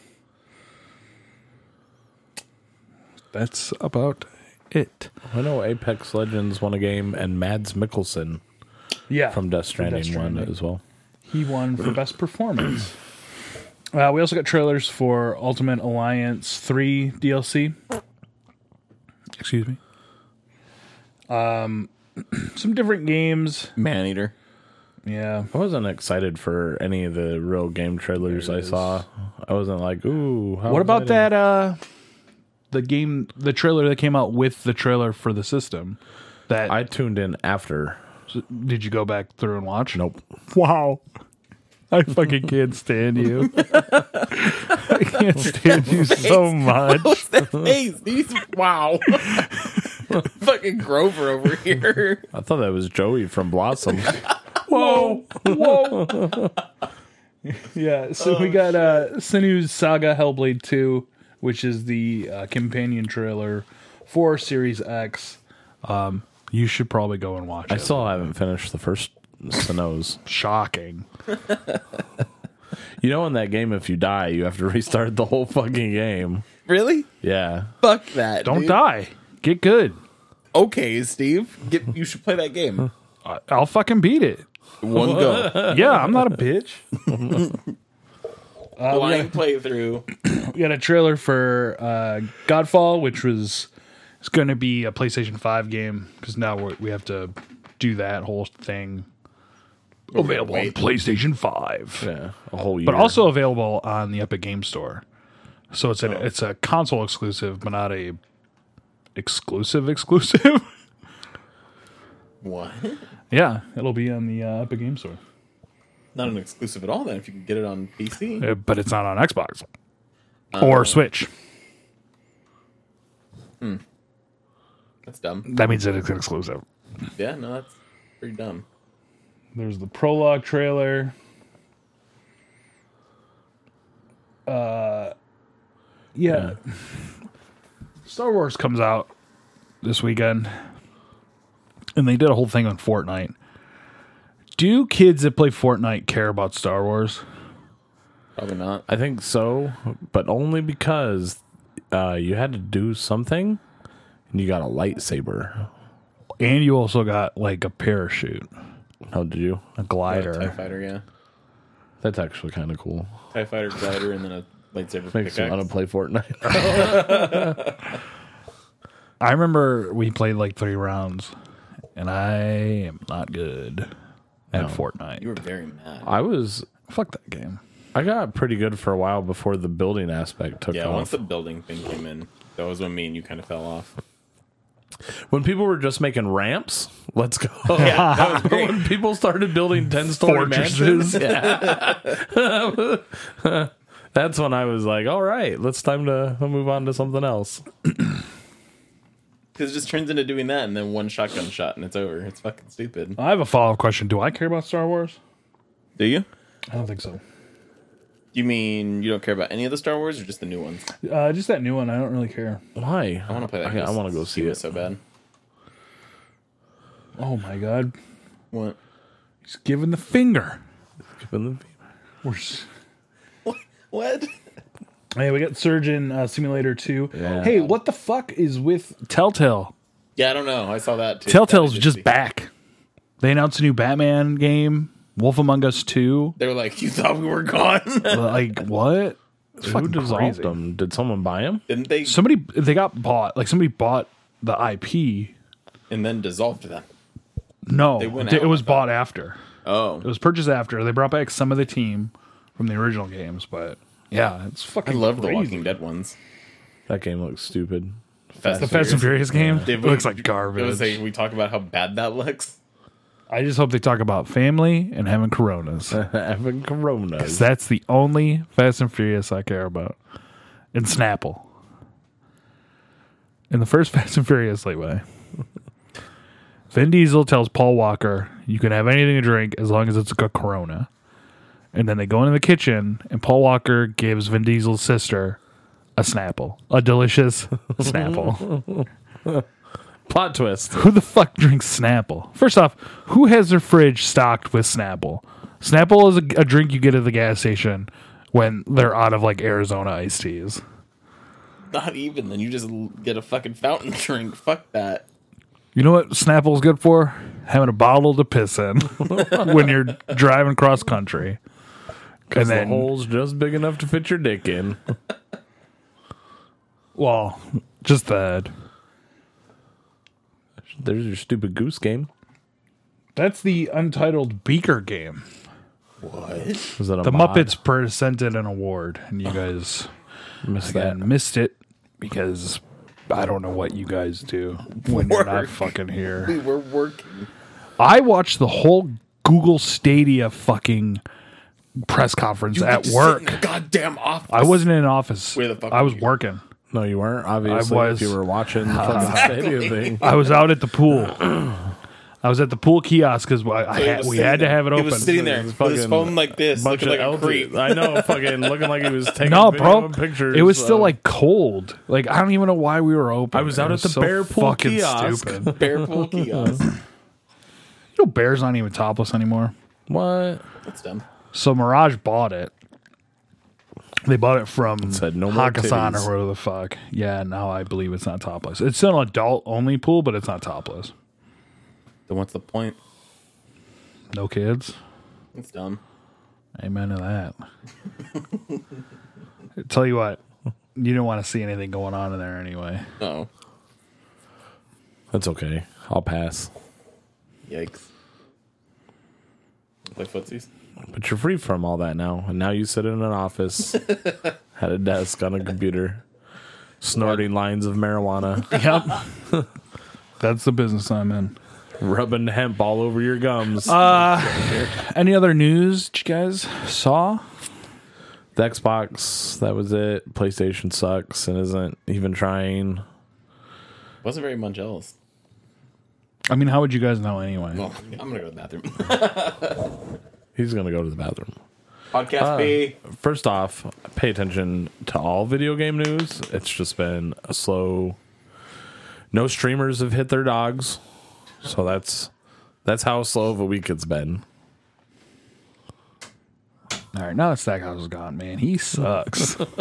A: That's about it.
B: I know Apex Legends won a game, and Mads Mikkelsen
A: Yeah.
B: from Death Stranding, won
A: Stranding.
B: as well.
A: He won for best performance. Uh, we also got trailers for Ultimate Alliance 3 DLC. Excuse me. Um, some different games.
C: Man Eater.
A: Yeah.
B: I wasn't excited for any of the real game trailers I saw. I wasn't like, ooh. How
A: What about
B: exciting.
A: that? Uh, the game, the trailer that came out with the trailer for the system. That
B: I tuned in after.
A: did you go back through and watch?
B: Nope.
A: Wow. I fucking can't stand you. I can't stand you so much.
C: What's that face? He's wow. Fucking Grover over here.
B: I thought that was Joey from Blossom.
A: Whoa, whoa. Yeah, so we got uh Sinu's Saga Hellblade 2, which is the uh, companion trailer for Series X. Um you should probably go and watch
B: I
A: it.
B: still haven't finished the first Snows.
A: Shocking.
B: You know, in that game, if you die, you have to restart the whole fucking game.
E: Really?
B: Yeah.
E: Fuck that.
A: Don't
E: dude.
A: die. Get good.
E: Okay, Steve. Get, you should play that game.
A: I- I'll fucking beat it.
E: One go.
A: Yeah, I'm not a bitch.
C: Blind playthrough.
A: We got a trailer for uh Godfall, which was it's going to be a PlayStation 5 game cuz now we're, we have to do that whole thing available on
E: wait.
A: PlayStation 5.
B: Yeah. A whole year.
A: but also available on the Epic Game Store. So it's a it's a console exclusive, but not a exclusive exclusive.
C: What?
A: yeah, it'll be on the uh, Epic Game Store,
C: Not an exclusive at all. Then if you can get it on PC.
A: Uh, but it's not on Xbox Uh, or Switch.
C: That's dumb.
A: That means that it's exclusive.
C: Yeah, no, that's pretty dumb.
A: There's the prologue trailer. Uh, yeah. Star Wars comes out this weekend, and they did a whole thing on Fortnite. Do kids that play Fortnite care about Star Wars?
C: Probably not.
B: I think so, but only because uh, you had to do something and you got a lightsaber.
A: And you also got like a parachute,
B: How did you?
A: a
C: Tie
A: glider.
C: fighter, yeah.
B: That's actually kind of cool.
C: Tie fighter glider and then a lightsaber
B: Makes me want
C: pickaxe.
B: to play Fortnite.
A: I remember we played like three rounds, and I am not good at Fortnite.
C: You were very mad.
B: I was,
A: Fuck that game.
B: I got pretty good for a while before the building aspect took
C: Yeah, once
B: off.
C: the building thing came in, that was when me and you kind of fell off.
B: when people were just making ramps, let's go.
C: That was great.
B: when people started building 10 story mansions. Yeah. That's when I was like, all right, let's time to move on to something else.
C: Because it just turns into doing that and then one shotgun shot and it's over. It's fucking stupid.
A: I have a follow up question. Do I care about Star Wars?
C: Do you?
A: I don't think so.
C: You mean you don't care about any of the Star Wars or just the new ones?
A: Uh, just that new one. I don't really care.
B: Why?
C: I want to play that.
B: I, I want to go see it.
C: so bad.
A: Oh my god,
C: What?
A: he's giving the finger.
B: Given
A: We're s-
C: What?
A: hey, we got Surgeon uh, Simulator Two.
B: Yeah.
A: Hey, what the fuck is with Telltale?
C: Yeah, I don't know. I saw that too.
A: Telltale's
C: That I did see.
A: just back. They announced a new Batman game, Wolf Among Us Two.
C: They were like, "You thought we were gone?"
A: like what? It's
B: the, who
A: fucking
B: dissolved
A: crazy.
B: them? Did someone buy them?
C: Didn't they?
A: Somebody they got bought. Like somebody bought the IP.
C: and then dissolved them.
A: No,
C: went
A: they-
C: out
A: it was
C: with
A: bought after.
C: Oh,
A: It was purchased after. They brought back some of the team from the original games, but yeah, it's
C: I
A: fucking.
C: love the
A: crazy.
C: Walking Dead ones.
B: That game looks stupid.
C: Fast
A: The Fast and Furious game
C: Did
A: it
C: we-
A: looks like
C: It was
A: garbage.
C: like we talk about how bad that looks.
A: I just hope they talk about family and having coronas.
B: Having Coronas.
A: That's the only Fast and Furious I care about. And Snapple. In the first Fast and Furious Leeway, Vin Diesel tells Paul Walker, you can have anything to drink as long as it's a corona. And then they go into the kitchen, and Paul Walker gives Vin Diesel's sister a Snapple. A delicious Snapple.
B: Plot twist.
A: who the fuck drinks Snapple? First off, who has their fridge stocked with Snapple? Snapple is a, a drink you get at the gas station when they're out of like Arizona iced teas.
C: Not even. Then you just l- get a fucking fountain drink. Fuck that.
A: You know what Snapple's good for? Having a bottle to piss in when you're driving cross country. And
B: the
A: then,
B: hole's just big enough to fit your dick in.
A: well, just that.
B: There's your stupid goose game.
A: That's the Untitled Beaker game.
C: What?
B: Was that a
A: The
B: mod?
A: Muppets presented an award, and you guys
B: Missed that.
A: again missed it because I don't know what you guys do when you're not
C: Work.
A: fucking here.
C: We were working.
A: I watched the whole Google Stadia fucking press conference
C: You
A: at
C: just sit in
A: work.
C: the Goddamn office.
A: I wasn't in an office.
C: Where the fuck
A: I
C: were
A: was
C: you?
A: working.
B: No, you weren't. Obviously,
A: was.
B: if you were watching the fucking stadium thing.
A: I was out at the pool. I was at the pool kiosk because I, I
C: He
A: had,
C: was
A: we
C: sitting
A: had to
C: there.
A: have it
C: He
A: open.
C: was sitting there
B: It's
C: with his
B: fucking
C: phone like this,
B: bunch
C: looking like a
B: of
C: creep.
B: LT. I know, fucking looking like he was taking
A: no,
B: video
A: bro,
B: pictures.
A: it was still
B: of-
A: like cold. Like I don't even know why we were open.
B: I was out
A: It
B: at the Bear Pool
A: fucking
B: kiosk.
A: Stupid. you
C: Bear pool kiosk.
A: know, Bear's not even topless anymore.
B: what?
C: That's dumb.
A: So Mirage bought it. They bought it from
B: said no more
A: Hakkasan
B: titties.
A: or whatever the fuck. Yeah, now I believe it's not topless. It's still an adult only pool, but it's not topless.
C: Then what's the point?
A: No kids.
C: That's dumb.
A: Amen to that. Tell you what, you don't want to see anything going on in there anyway.
C: Oh,
B: That's okay. I'll pass.
C: yikes! Play footsies.
B: But you're free from all that now. And now you sit in an office, at a desk on a computer, snorting lines of marijuana,
A: Yep. That's the business I'm in.
B: rubbing hemp all over your gums.
C: Uh,
A: Uh, Any other news you guys saw?
B: the Xbox, that was it. PlayStation sucks and isn't even trying.
C: Wasn't very much else.
A: I mean, how would you guys know anyway?
C: Well, I'm gonna go to the bathroom.
B: He's going to go to the bathroom.
C: Podcast B.
B: First off, pay attention to all video game news. It's just been a slow. No streamers have hit their dogs, so that's that's how slow of a week it's been.
A: All right, now that Stackhouse is gone, man, he sucks.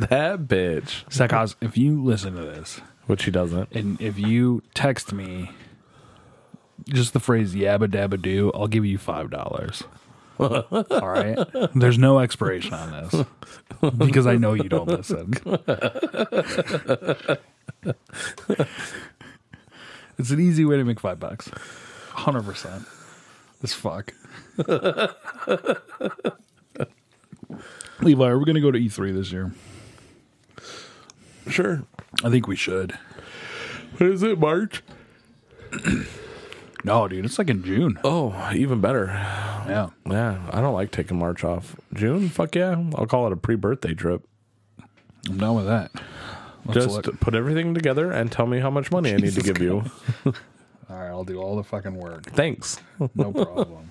B: That bitch,
A: Stackhouse, if you listen to this
B: which he doesn't.
A: and if you text me just the phrase yabba dabba do, I'll give you $5. All right. There's no expiration on this because I know you don't listen. it's an easy way to make five bucks. 100%. This fuck. Levi, are we going to go to E3 this year?
B: Sure.
A: I think we should.
B: What is it, March?
A: No, dude, it's like in June.
B: Oh, even better.
A: Yeah.
B: Yeah, I don't like taking March off. June, fuck yeah. I'll call it a pre-birthday trip.
A: I'm done with that. Let's
B: Just
A: look.
B: put everything together and tell me how much money I need to give you.
A: all right, I'll do all the fucking work.
B: Thanks.
A: No problem.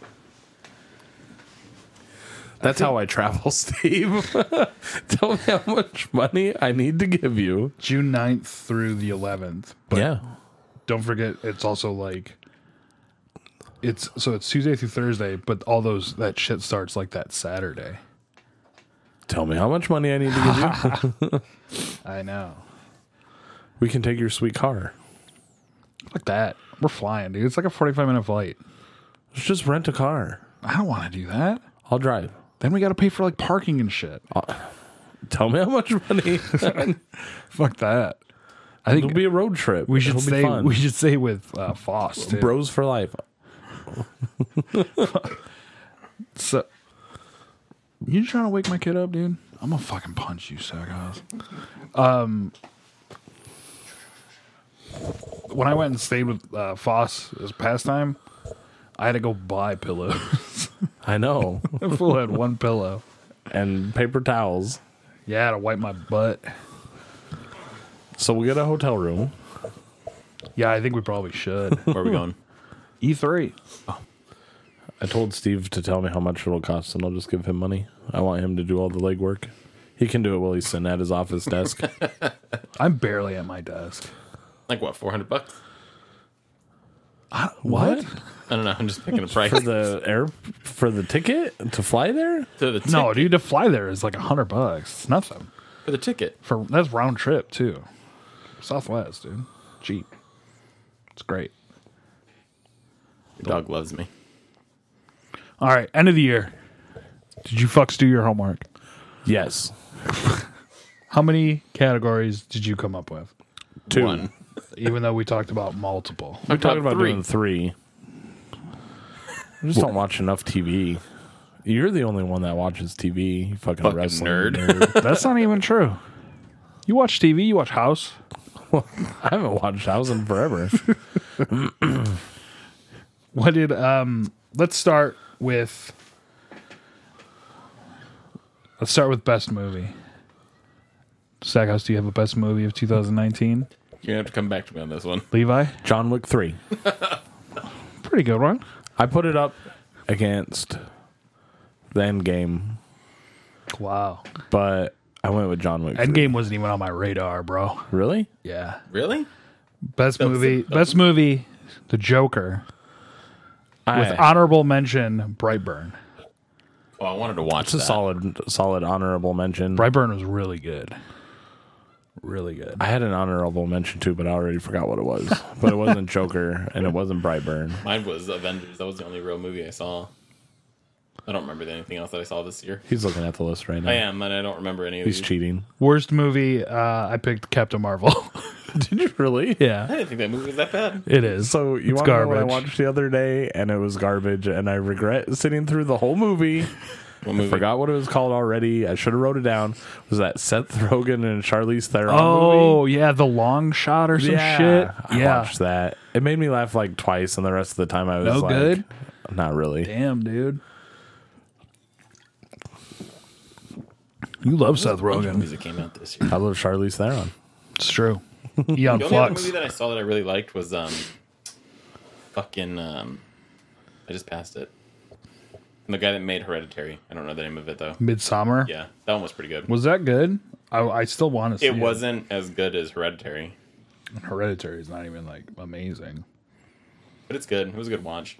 B: That's how I travel, Steve. Tell me how much money I need to give you.
A: June 9th through the 11th. But
B: yeah.
A: don't forget, it's also like it's so it's Tuesday through Thursday, but all those that shit starts like that Saturday.
B: Tell me how much money I need to give you.
A: I know.
B: we can take your sweet car.
A: Fuck that. We're flying, dude. It's like a 45 minute flight.
B: Let's just rent a car.
A: I don't want to do that.
B: I'll drive.
A: Then we got to pay for like parking and shit.
B: Uh, Tell me how much money.
A: Fuck that. I
B: It'll
A: think
B: be a road trip.
A: we should
B: It'll be
A: stay.
B: fun.
A: We should stay with uh, Foss. Too.
B: bros for life.
A: So, you trying to wake my kid up, dude? I'm gonna fucking punch you, Um, Sackhouse. Um, when I went and stayed with uh, Foss this past time, I had to go buy pillows.
B: I know.
A: I fool had one pillow.
B: and paper towels.
A: Yeah, to wipe my butt.
B: So we get a hotel room.
A: Yeah, I think we probably should.
C: Where are we going?
A: E3.
B: I told Steve to tell me how much it'll cost, and I'll just give him money. I want him to do all the legwork. He can do it while he's sitting at his office desk.
A: I'm barely at my desk.
C: Like what? Four hundred bucks?
A: What?
C: I don't know. I'm just picking a price.
B: for the air for the ticket to fly there.
C: to the
A: No, dude, to fly there is like a hundred bucks. It's nothing
C: for the ticket.
A: for that's round trip too. Southwest, dude, cheap. It's great.
C: Your dog loves me.
A: All right, end of the year. Did you fucks do your homework?
B: Yes,
A: How many categories did you come up with?
B: two.
C: One.
A: Even though we talked about multiple.
B: I'm talking
C: about
B: about
C: three.
B: doing three. I just don't watch enough TV. You're the only one that watches TV. You fucking,
C: Fucking
B: wrestling
C: nerd.
A: That's not even true. You watch TV, you watch House.
B: I haven't watched House in forever.
A: What did um let's start with Let's start with best movie. Stackhouse, do you have a best movie of 2019?
C: You're gonna have to come back to me on this one.
A: Levi?
B: John Wick three.
A: pretty good one.
B: I put it up against the end game,
A: Wow.
B: but I went with John Wick. three.
A: Endgame wasn't even on my radar, bro.
B: Really?
A: Yeah.
C: Really?
A: Best movie. Best movie. The Joker. With
B: I-
A: honorable mention, Brightburn.
C: Oh, I wanted to watch
B: it's a
C: that.
B: solid, solid honorable mention.
A: Brightburn was really good. Really good.
B: I had an honorable mention too, but I already forgot what it was. but it wasn't Joker, and it wasn't Brightburn.
C: Mine was Avengers. That was the only real movie I saw. I don't remember anything else that I saw this year.
B: He's looking at the list right now.
C: I am, and I don't remember any of
B: He's
C: these.
B: cheating.
A: Worst movie. Uh, I picked Captain Marvel.
B: Did you really?
A: yeah,
C: I didn't think that movie was that bad.
A: it is.
B: So you
A: it's
B: want to know what I
A: garbage.
B: watched the other day, and it was garbage, and I regret sitting through the whole movie.
C: What movie?
B: Forgot what it was called already. I should have wrote it down. Was that Seth Rogen and Charlize Theron? movie?
A: Oh yeah, the long shot or some shit.
B: I
A: yeah.
B: watched that. It made me laugh like twice, and the rest of the time I was
A: No
B: like,
A: good?
B: not really.
A: Damn, dude. You love Seth
C: A bunch of
A: Rogen.
C: movies that came out this year.
B: I love Charlize Theron.
A: It's true. Young
C: The only other
A: Flux.
C: movie that I saw that I really liked was um, fucking um, I just passed it. And the guy that made Hereditary. I don't know the name of it though.
A: Midsummer.
C: Yeah, that one was pretty good.
A: Was that good? I, I still want to see
C: It wasn't as good as Hereditary,
A: Hereditary is not even like amazing.
C: but it's good. It was a good watch.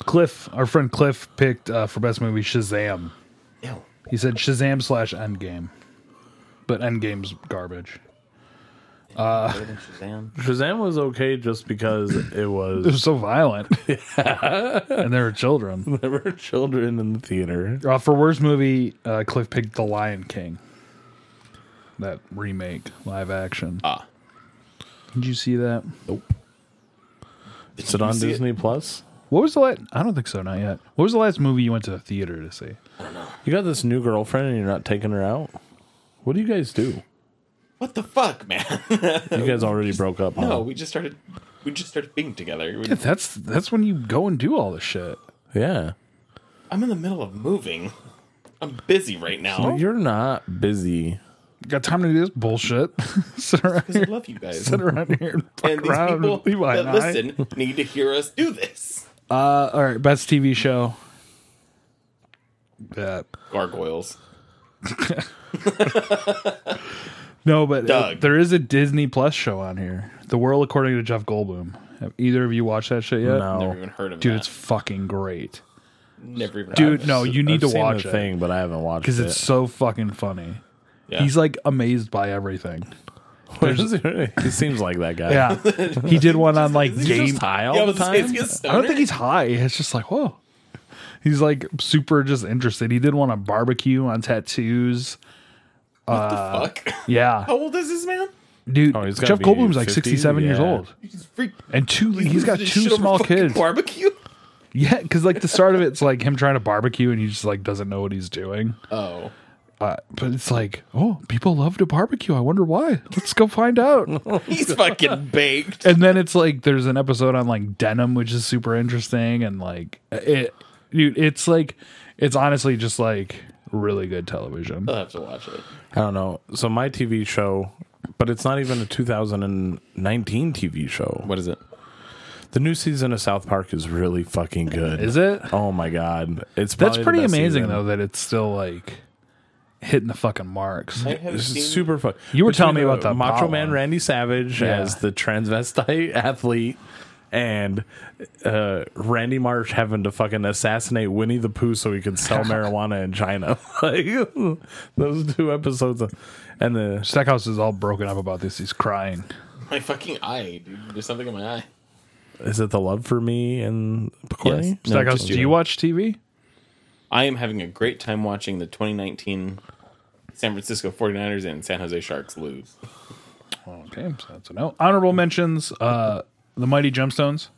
A: Cliff, our friend Cliff picked uh, for best movie Shazam.
C: Ew.
A: He said Shazam slash Endgame, but Endgame's garbage.
C: Better than Shazam.
B: Shazam was okay just because it
A: It
B: was
A: was so violent, and there were children.
B: there were children in the theater.
A: Uh, for worst movie, uh, Cliff picked The Lion King. That remake, live action.
C: Ah.
A: Did you see that?
B: Is it on
C: see it?
B: Disney Plus?
A: What was the last? I don't think so. Not yet. What was the last movie you went to the theater to see?
B: You got this new girlfriend, and you're not taking her out. What do you guys do?
C: What the fuck, man?
B: You guys already broke up. huh?
A: Oh.
C: no, we just started. We just started being together. We-
A: That's that's when you go and do all this shit.
B: Yeah.
C: I'm in the middle of moving. I'm busy right now.
B: You're not busy.
A: Got time to do this bullshit? sit around
C: I
A: here,
C: love you guys.
A: sit around here, and fuck
C: and these
A: around
C: people
A: with Levi
C: that
A: and I.
C: listen need to hear us do this.
A: Uh, all right, best TV show. Yeah.
C: Gargoyles.
A: No, but
C: Doug.
A: there is a Disney Plus show on here. The World According to Jeff Goldblum. Have either of you watched that shit yet?
C: Never
B: No.
C: even heard of
A: Dude,
C: that.
A: it's fucking great.
C: Never even. heard
A: Dude,
C: of
A: no,
C: it.
A: you need
B: I've
A: to
B: seen
A: watch
B: the
A: it
B: thing, but I haven't watched
A: because
B: it.
A: it's so fucking funny.
C: Yeah.
A: He's like amazed by everything.
B: he seems like that guy.
A: Yeah, he did one on like
B: He's
A: game.
B: just high all
C: Yeah, I
B: the
C: was gonna say,
B: time.
C: is he
A: I
C: a
A: don't
C: stoner?
A: think he's high. It's just like whoa. He's like super just interested. He did one on barbecue, on tattoos.
C: What the
A: Uh,
C: fuck?
A: Yeah,
C: How old is this man?
A: dude,
B: Oh, he's gotta
A: Jeff
B: be
A: Goldblum's like
B: 50,
A: sixty-seven years
B: yeah.
A: old,
C: He's freak.
A: and two. he's got
C: losing his
A: two
C: shit over
A: small
C: fucking
A: kids.
C: Barbecue.
A: Yeah, because like the start of it's like him trying to barbecue and he just like doesn't know what he's doing.
C: Oh,
A: Uh, but it's like, oh, people love to barbecue. I wonder why. Let's go find out.
C: he's fucking baked.
A: and then it's like there's an episode on like denim, which is super interesting, and like it, dude, it's like it's honestly just like really good television.
C: I'll have to watch it.
B: I don't know. So my TV show, but it's not even a 2019 TV show.
C: What is it?
B: The new season of South Park is really fucking good.
A: Is it?
B: Oh my god, it's
A: That's
B: probably the
A: pretty
B: best
A: amazing
B: season.
A: though that it's still like hitting the fucking marks.
C: I haven't
B: It's
C: seen.
B: super fun.
A: You were telling me about
B: the
A: that
B: Macho
A: pot
B: Man
A: one.
B: Randy Savage
A: Yeah.
B: as the transvestite athlete, and uh, Randy Marsh having to fucking assassinate Winnie the Pooh so he could sell marijuana in China. like those two episodes, of- and the
A: Stackhouse is all broken up about this. He's crying.
C: my fucking eye, dude. There's something in my eye.
B: is it the love for me and Courtney?
C: Yes. No,
A: Stackhouse,
C: just
A: do you watch TV?
C: I am having a great time watching the 2019 San Francisco 49ers and San Jose Sharks lose.
A: Okay, so Oh, that's a no. Honorable mentions: uh, the Mighty Gemstones,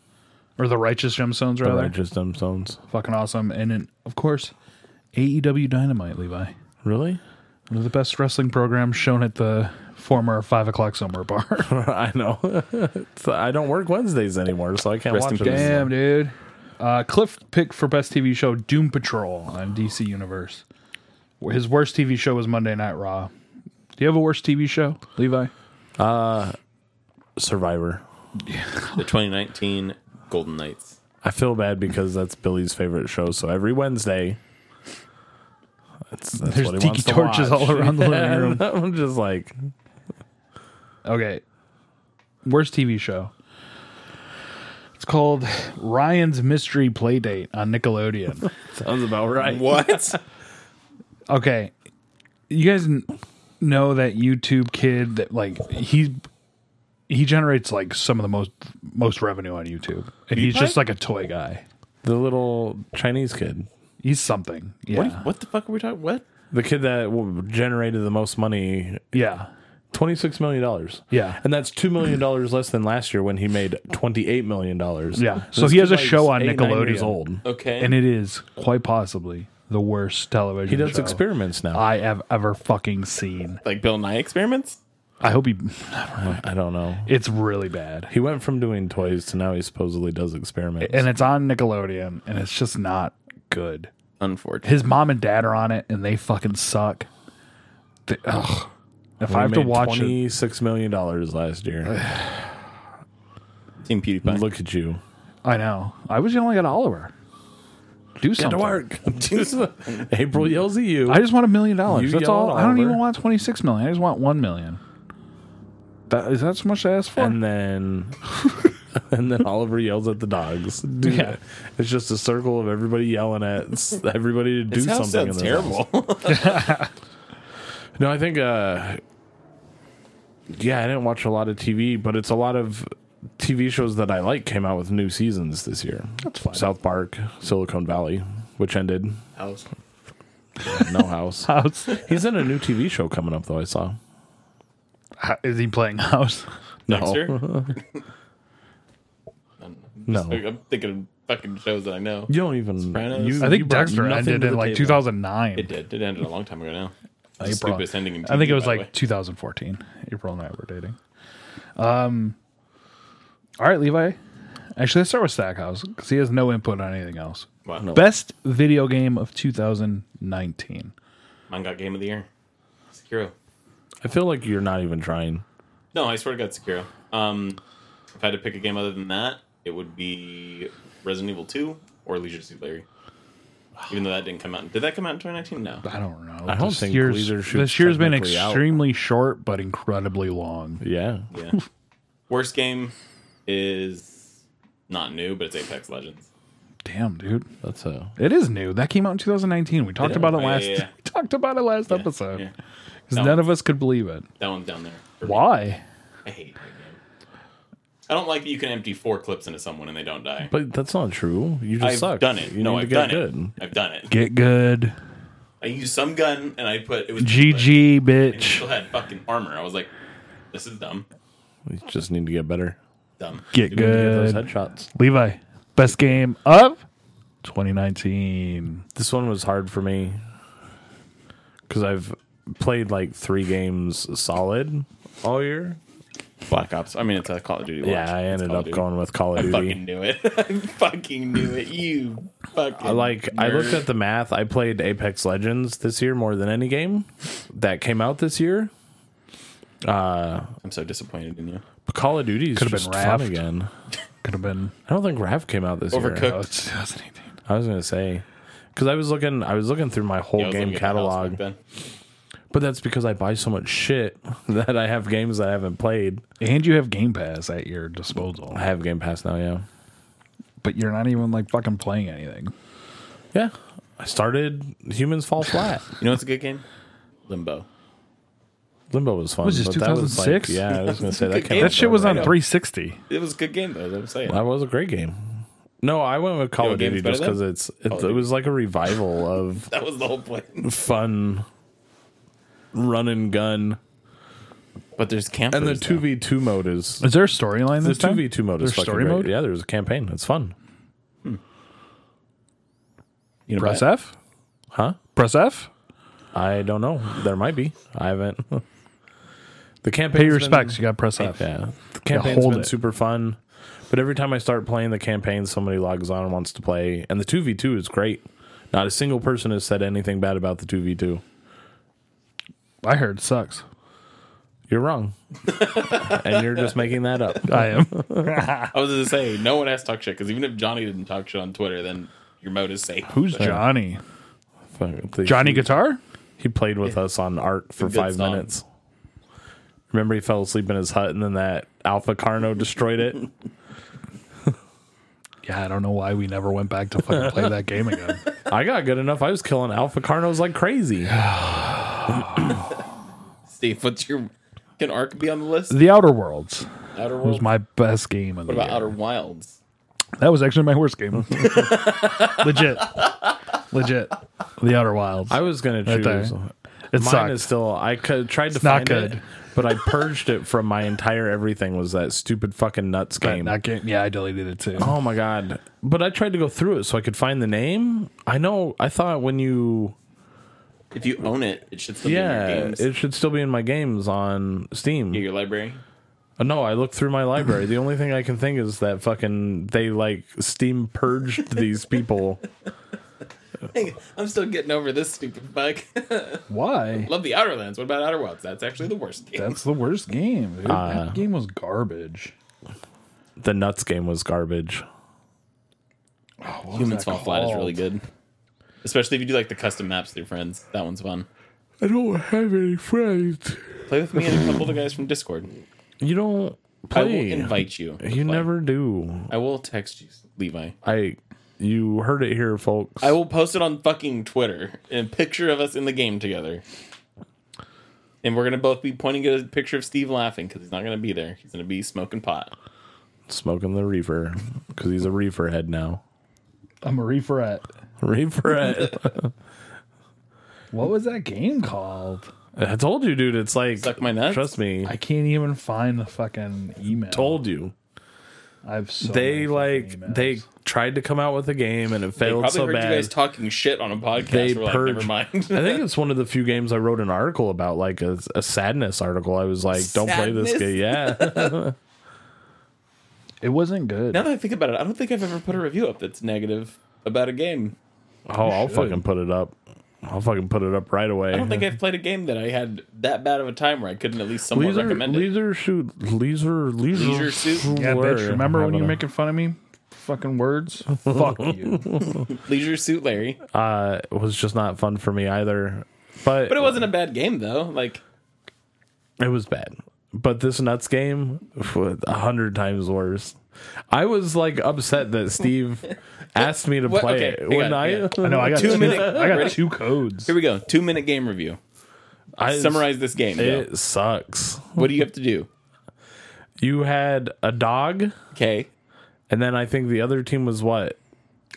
A: or the Righteous Gemstones, rather.
B: Righteous Gemstones.
A: Fucking awesome, and then, of course, AEW Dynamite. Levi,
B: Really?
A: one of the best wrestling programs shown at the former five o'clock summer bar.
B: I know. It's- I don't work Wednesdays anymore, so I can't
C: Rest
B: watch
C: in
B: it.
C: peace.
A: Damn, dude. Uh, Cliff picked for best TV show Doom Patrol on DC Universe. His worst TV show was Monday Night Raw. Do you have a worst TV show, Levi?
B: Survivor.
C: The 2019 Golden Knights.
B: I feel bad because that's Billy's favorite show. So every Wednesday, that's, that's
A: There's
B: what he
A: tiki
B: wants to
A: torches
B: watch.
A: all around the living room.
B: And I'm just like,
A: Okay. Worst TV show. It's called Ryan's Mystery Playdate on Nickelodeon.
B: sounds about right.
E: What?
A: okay. You guys n- know that YouTube kid that like he he generates like some of the most most revenue on YouTube. And he's just like a toy guy.
B: The little Chinese kid,
A: He's something. Yeah.
C: What, what the fuck are we talking? What?
B: the kid that w- generated the most money,
A: yeah.
B: twenty six million dollars.
A: Yeah.
B: and that's two million dollars less than last year when he made twenty eight million dollars.
A: Yeah. So he has a show on Nickelodeon.
B: Years old.
C: Okay.
A: And it is quite possibly the worst television
B: He does
A: show
B: experiments now.
A: I have ever fucking seen.
C: like Bill Nye experiments?
A: I hope he Ah.
B: I don't know.
A: it's really bad.
B: He went from doing toys to now he supposedly does experiments.
A: and it's on Nickelodeon, and it's just not good.
C: Unfortunate.
A: His mom and dad are on it, and they fucking suck. They- ugh. If I have to
B: made
A: watch it,
B: twenty six million dollars last year.
C: Team PewDiePie.
B: Look at you.
A: I know I was yelling at Oliver. Do something.
B: April yells at you.
A: I just want a million dollars.
B: You
A: That's
B: yell
A: all.
B: at
A: I don't even
B: Oliver.
A: want twenty six million. I just want one million. That is that so much to ask for?
B: and then and then Oliver yells at the dogs.
A: Yeah.
B: It's just a circle of everybody yelling at s- everybody to do
C: This house
B: something.
C: sounds
B: in their house.
C: terrible.
B: No, I think uh yeah, I didn't watch a lot of TV, but it's a lot of TV shows that I like came out with new seasons this year. That's fine. South Park, Silicon Valley, which ended
E: House.
B: No House.
A: house
B: He's in a new TV show coming up though, I saw.
A: How- is he playing house?
B: No.
C: Dexter?
B: No.
C: I'm thinking of fucking shows that I know.
B: You don't even
C: Sopranos?
B: you,
A: I
B: you
A: think
B: brought
A: Dexter
B: nothing
A: ended
B: to
A: in
B: the
A: like
B: table.
A: two thousand nine.
C: It did. It ended a long time ago now. It's the
A: April.
C: Stupidest ending in
A: I think
C: TV,
A: it was
C: by the
A: like
C: way.
A: 2014. April and I were dating. Um. All right, Levi. Actually, let's start with Stackhouse because he has no input on anything else.
C: Wow.
A: Best video game of 2019.
C: Mine got Game of the Year. Sekiro.
B: I feel like you're not even trying.
C: No, I swear to God, Sekiro. Um, if I had to pick a game other than that, it would be Resident Evil 2 or Leisure Suit Larry. Even though that didn't come out. Did that come out in 2019? No.
A: I don't know.
B: I don't think Leisure Shoot's
A: this year's been
B: technically out.
A: extremely short but incredibly long.
B: Yeah.
C: Yeah. Worst game is not new, but it's Apex Legends.
A: Damn, dude,
B: That's a
A: it is new. That came out in 2019. We talked about it
C: Oh, yeah,
A: last.
C: yeah, yeah.
A: we talked about it last
C: Yeah,
A: episode
C: yeah.
A: 'Cause
C: No.
A: none of us could believe it.
C: That one's down there. for me.
A: Why?
C: I hate that game. I don't like that you can empty four clips into someone and they don't die.
B: But that's not true. You just
C: I've
B: suck.
C: done it.
B: You
C: no,
B: need
C: I've
B: to get
C: done
B: good.
C: it. I've done it.
A: Get good.
C: I used some gun and I put it was
A: GG,
C: I
A: bitch.
C: still had fucking armor. I was like, this is dumb.
B: You just need to get better.
C: Dumb.
A: Get
B: You need to get those
A: good.
B: headshots.
A: Levi, best game of 2019.
B: This one was hard for me because I've played like three games solid all year.
C: Black Ops. I mean, it's a Call of Duty. launch.
B: Yeah, I
C: It's
B: ended
C: Call of
B: up
C: Duty.
B: going with Call of
C: I
B: Duty.
C: fucking knew it. I fucking knew it. You fucking.
B: I like I looked
C: nerd.
B: at the math. I played Apex Legends this year more than any game that came out this year.
C: I'm so disappointed in you.
B: But Call of Duty is
A: Could've been
B: just
A: Raft.
B: fun again.
A: Could have been
B: I don't think Rav came out this year.
C: Overcooked.
A: oh, it's 2018.
B: I was gonna say because I was looking, I was looking through my whole
C: I was
B: game
C: looking at the house
B: catalog,
C: back then.
B: but that's because I buy so much shit that I have games that I haven't played.
A: And you have Game Pass at your disposal,
B: I have Game Pass now, yeah,
A: but you're not even like fucking playing anything.
B: yeah. I started Humans Fall Flat.
C: You know what's a good game? Limbo.
B: Limbo was fun.
A: Was this
B: but that like-
A: 2006?
B: yeah, I was gonna say that.
C: That
B: Came
A: That shit was on
B: Right.
A: 360.
C: It was a good game though. That's what I'm saying.
B: That was a great game. No, I went with Call
C: You know
B: of
C: what game's
B: Duty
C: better
B: just because
C: than?
B: it's it,
C: Call of
B: it
C: Duty.
B: was like a revival of
C: That was the whole point.
B: fun run and gun,
C: But there's campers.
B: and the
C: now.
B: two v two mode is
A: Is there a storyline
B: the
A: this
B: two
A: time?
B: v two mode
A: There's
B: is fucking
A: story
B: great.
A: mode.
B: Yeah, there's a campaign. It's fun,
C: You know,
A: Press
C: but-
A: F.
B: huh?
A: Press F.
B: I don't know. There might be. I haven't. The campaign.
A: Pay your respects. You got to press F.
B: Yeah, the campaign's
A: hold
B: been
A: it.
B: super fun, but every time I start playing the campaign, somebody logs on and wants to play, and the two v two is great. Not a single person has said anything bad about the two v two.
A: I heard it sucks.
B: You're wrong. and you're just making that up.
A: I am.
C: I was gonna say no one has to talk shit because even if Johnny didn't talk shit on Twitter, then your mode is safe.
A: Who's Johnny?
B: Fuck, the-
A: Johnny Guitar?
B: He played with us on art for
C: Good
B: five
C: song.
B: minutes. Remember, he fell asleep in his hut, and then that Alpha Carno destroyed it.
A: Yeah, I don't know why we never went back to fucking play that game again.
B: I got good enough. I was killing Alpha Carnos like crazy.
C: Steve, what's your can Ark be on the list?
A: The Outer Worlds
C: Outer
A: was
C: Worlds.
A: my best game of the
C: what about
A: year.
C: Outer Wilds?
A: That was actually my worst game. Legit. Legit. The Outer Wilds.
B: I was gonna
A: Right there.
B: choose.
A: it
B: Mine
A: sucked.
B: is still. I could, tried to
A: It's not
B: find it,
A: good.
B: but I purged it from my entire everything. Was that stupid fucking nuts
A: That-
B: game?
A: that game. Yeah, I deleted it too.
B: Oh my god! But I tried to go through it so I could find the name. I know. I thought when you
C: If you own it, it should still be in your
B: yeah,
C: games.
B: it should still be in my games on Steam.
C: your library.
B: Uh, No, I looked through my library. the only thing I can think is that fucking they like Steam purged these people.
C: I'm still getting over this stupid bug.
A: Why?
C: Love the Outer Lands. What about Outer Wilds? That's actually the worst game.
A: That's the worst game. dude.
B: Uh,
A: that game was garbage.
B: The nuts game was garbage.
C: Humans
A: that
C: Fall Flat is really
A: called?
C: good, especially if you do like the custom maps with your friends. That one's fun.
B: I don't have any friends.
C: Play with me and a couple of the guys from Discord.
B: You don't
C: I will
B: play.
C: invite you. to
B: you
C: play.
B: never do.
C: I will text you, Levi.
B: I. You heard it here, folks.
C: I will post it on fucking Twitter and a picture of us in the game together. And we're gonna both be pointing at a picture of Steve laughing because he's not gonna be there. He's gonna be smoking pot.
B: Smoking the reefer because he's a reefer head now.
A: I'm a reefer at.
B: Reefer head.
A: What was that game called?
B: I told you, dude. It's like
C: Suck my nuts.
B: Trust me.
A: I can't even find the fucking email.
B: told you.
A: I've so many
B: They
A: fucking
B: like
A: emails.
B: they tried to come out with a game and it
C: They
B: failed
C: probably
B: so
C: heard
B: bad.
C: you guys talking shit on a podcast.
B: They
C: We're like,
B: purge-
C: never mind.
B: I think it's one of the few games I wrote an article about, like a, a sadness article. I was like, "Don't play this
C: Sadness?
B: game." Yeah,
A: It wasn't good.
C: now that I think about it, I don't think I've ever put a review up that's negative about a game.
B: oh, I'll fucking put it up. I'll fucking put it up right away.
C: I don't think I've played a game that I had that bad of a time where I couldn't at least somewhat
B: Leisure,
C: recommend it.
B: leisure shoot, leisure, leisure,
C: Leisure suit?
A: yeah, bitch.
B: Blur.
A: Remember when
B: Having
A: you
B: a-
A: making fun of me? Fucking words. Fuck you.
C: Leisure Suit Larry,
B: Uh, it was just not fun for me either. But,
C: but it wasn't a bad game though. Like
B: It was bad. But this nuts game, was a hundred times worse. I was like upset that Steve asked me to
C: What?
B: play
C: Okay,
B: it
C: hang
B: when
C: on, hang
B: I.
C: on.
A: I know. I got two.
C: minute-
A: I got
C: Ready?
A: two codes.
C: here we go, two minute game review.
B: I
C: Summarize this game. go.
B: It sucks.
C: What do you have to do?
B: You had a dog,
C: Okay,
B: and then I think the other team was what?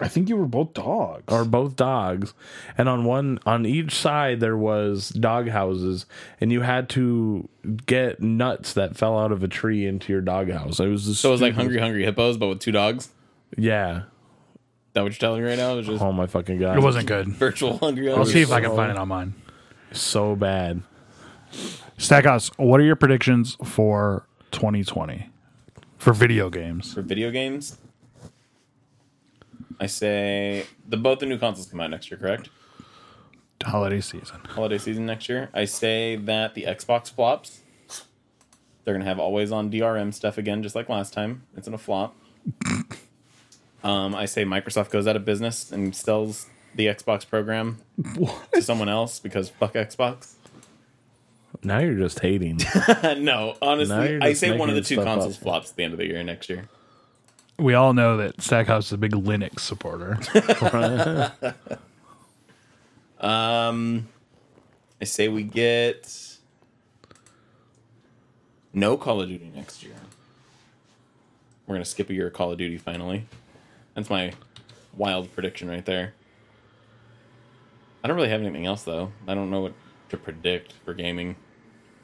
A: I think you were both dogs.
B: Or both dogs. And on one on each side there was dog houses and you had to get nuts that fell out of a tree into your dog house. It was just
C: So it was like Hungry Hungry Hippos, but with two dogs. Is
B: Yeah.
C: that what you're telling me right now? It was just
B: Oh my fucking god.
D: It wasn't good.
C: virtual Hungry Hungry.
D: I'll see if I can find it on mine.
B: so bad.
A: Stackhouse, what are your predictions for 2020 for video games?
C: for video games. I say the both the new consoles come out next year, correct?
A: Holiday season.
C: Holiday season next year. I say that the Xbox flops. They're gonna have always on DRM stuff again, just like last time. It's in a flop. um, I say Microsoft goes out of business and sells the Xbox program to someone else because fuck Xbox.
B: Now you're just hating.
C: no, honestly,
B: you're
C: I
B: just
C: say one of the
B: making
C: two
B: stuff
C: consoles
B: up.
C: flops at the end of the year next year.
A: We all know that Stackhouse is a big Linux supporter.
C: I say we get no Call of Duty next year. We're gonna skip a year of Call of Duty finally. That's my wild prediction right there. I don't really have anything else though. I don't know what to predict for gaming.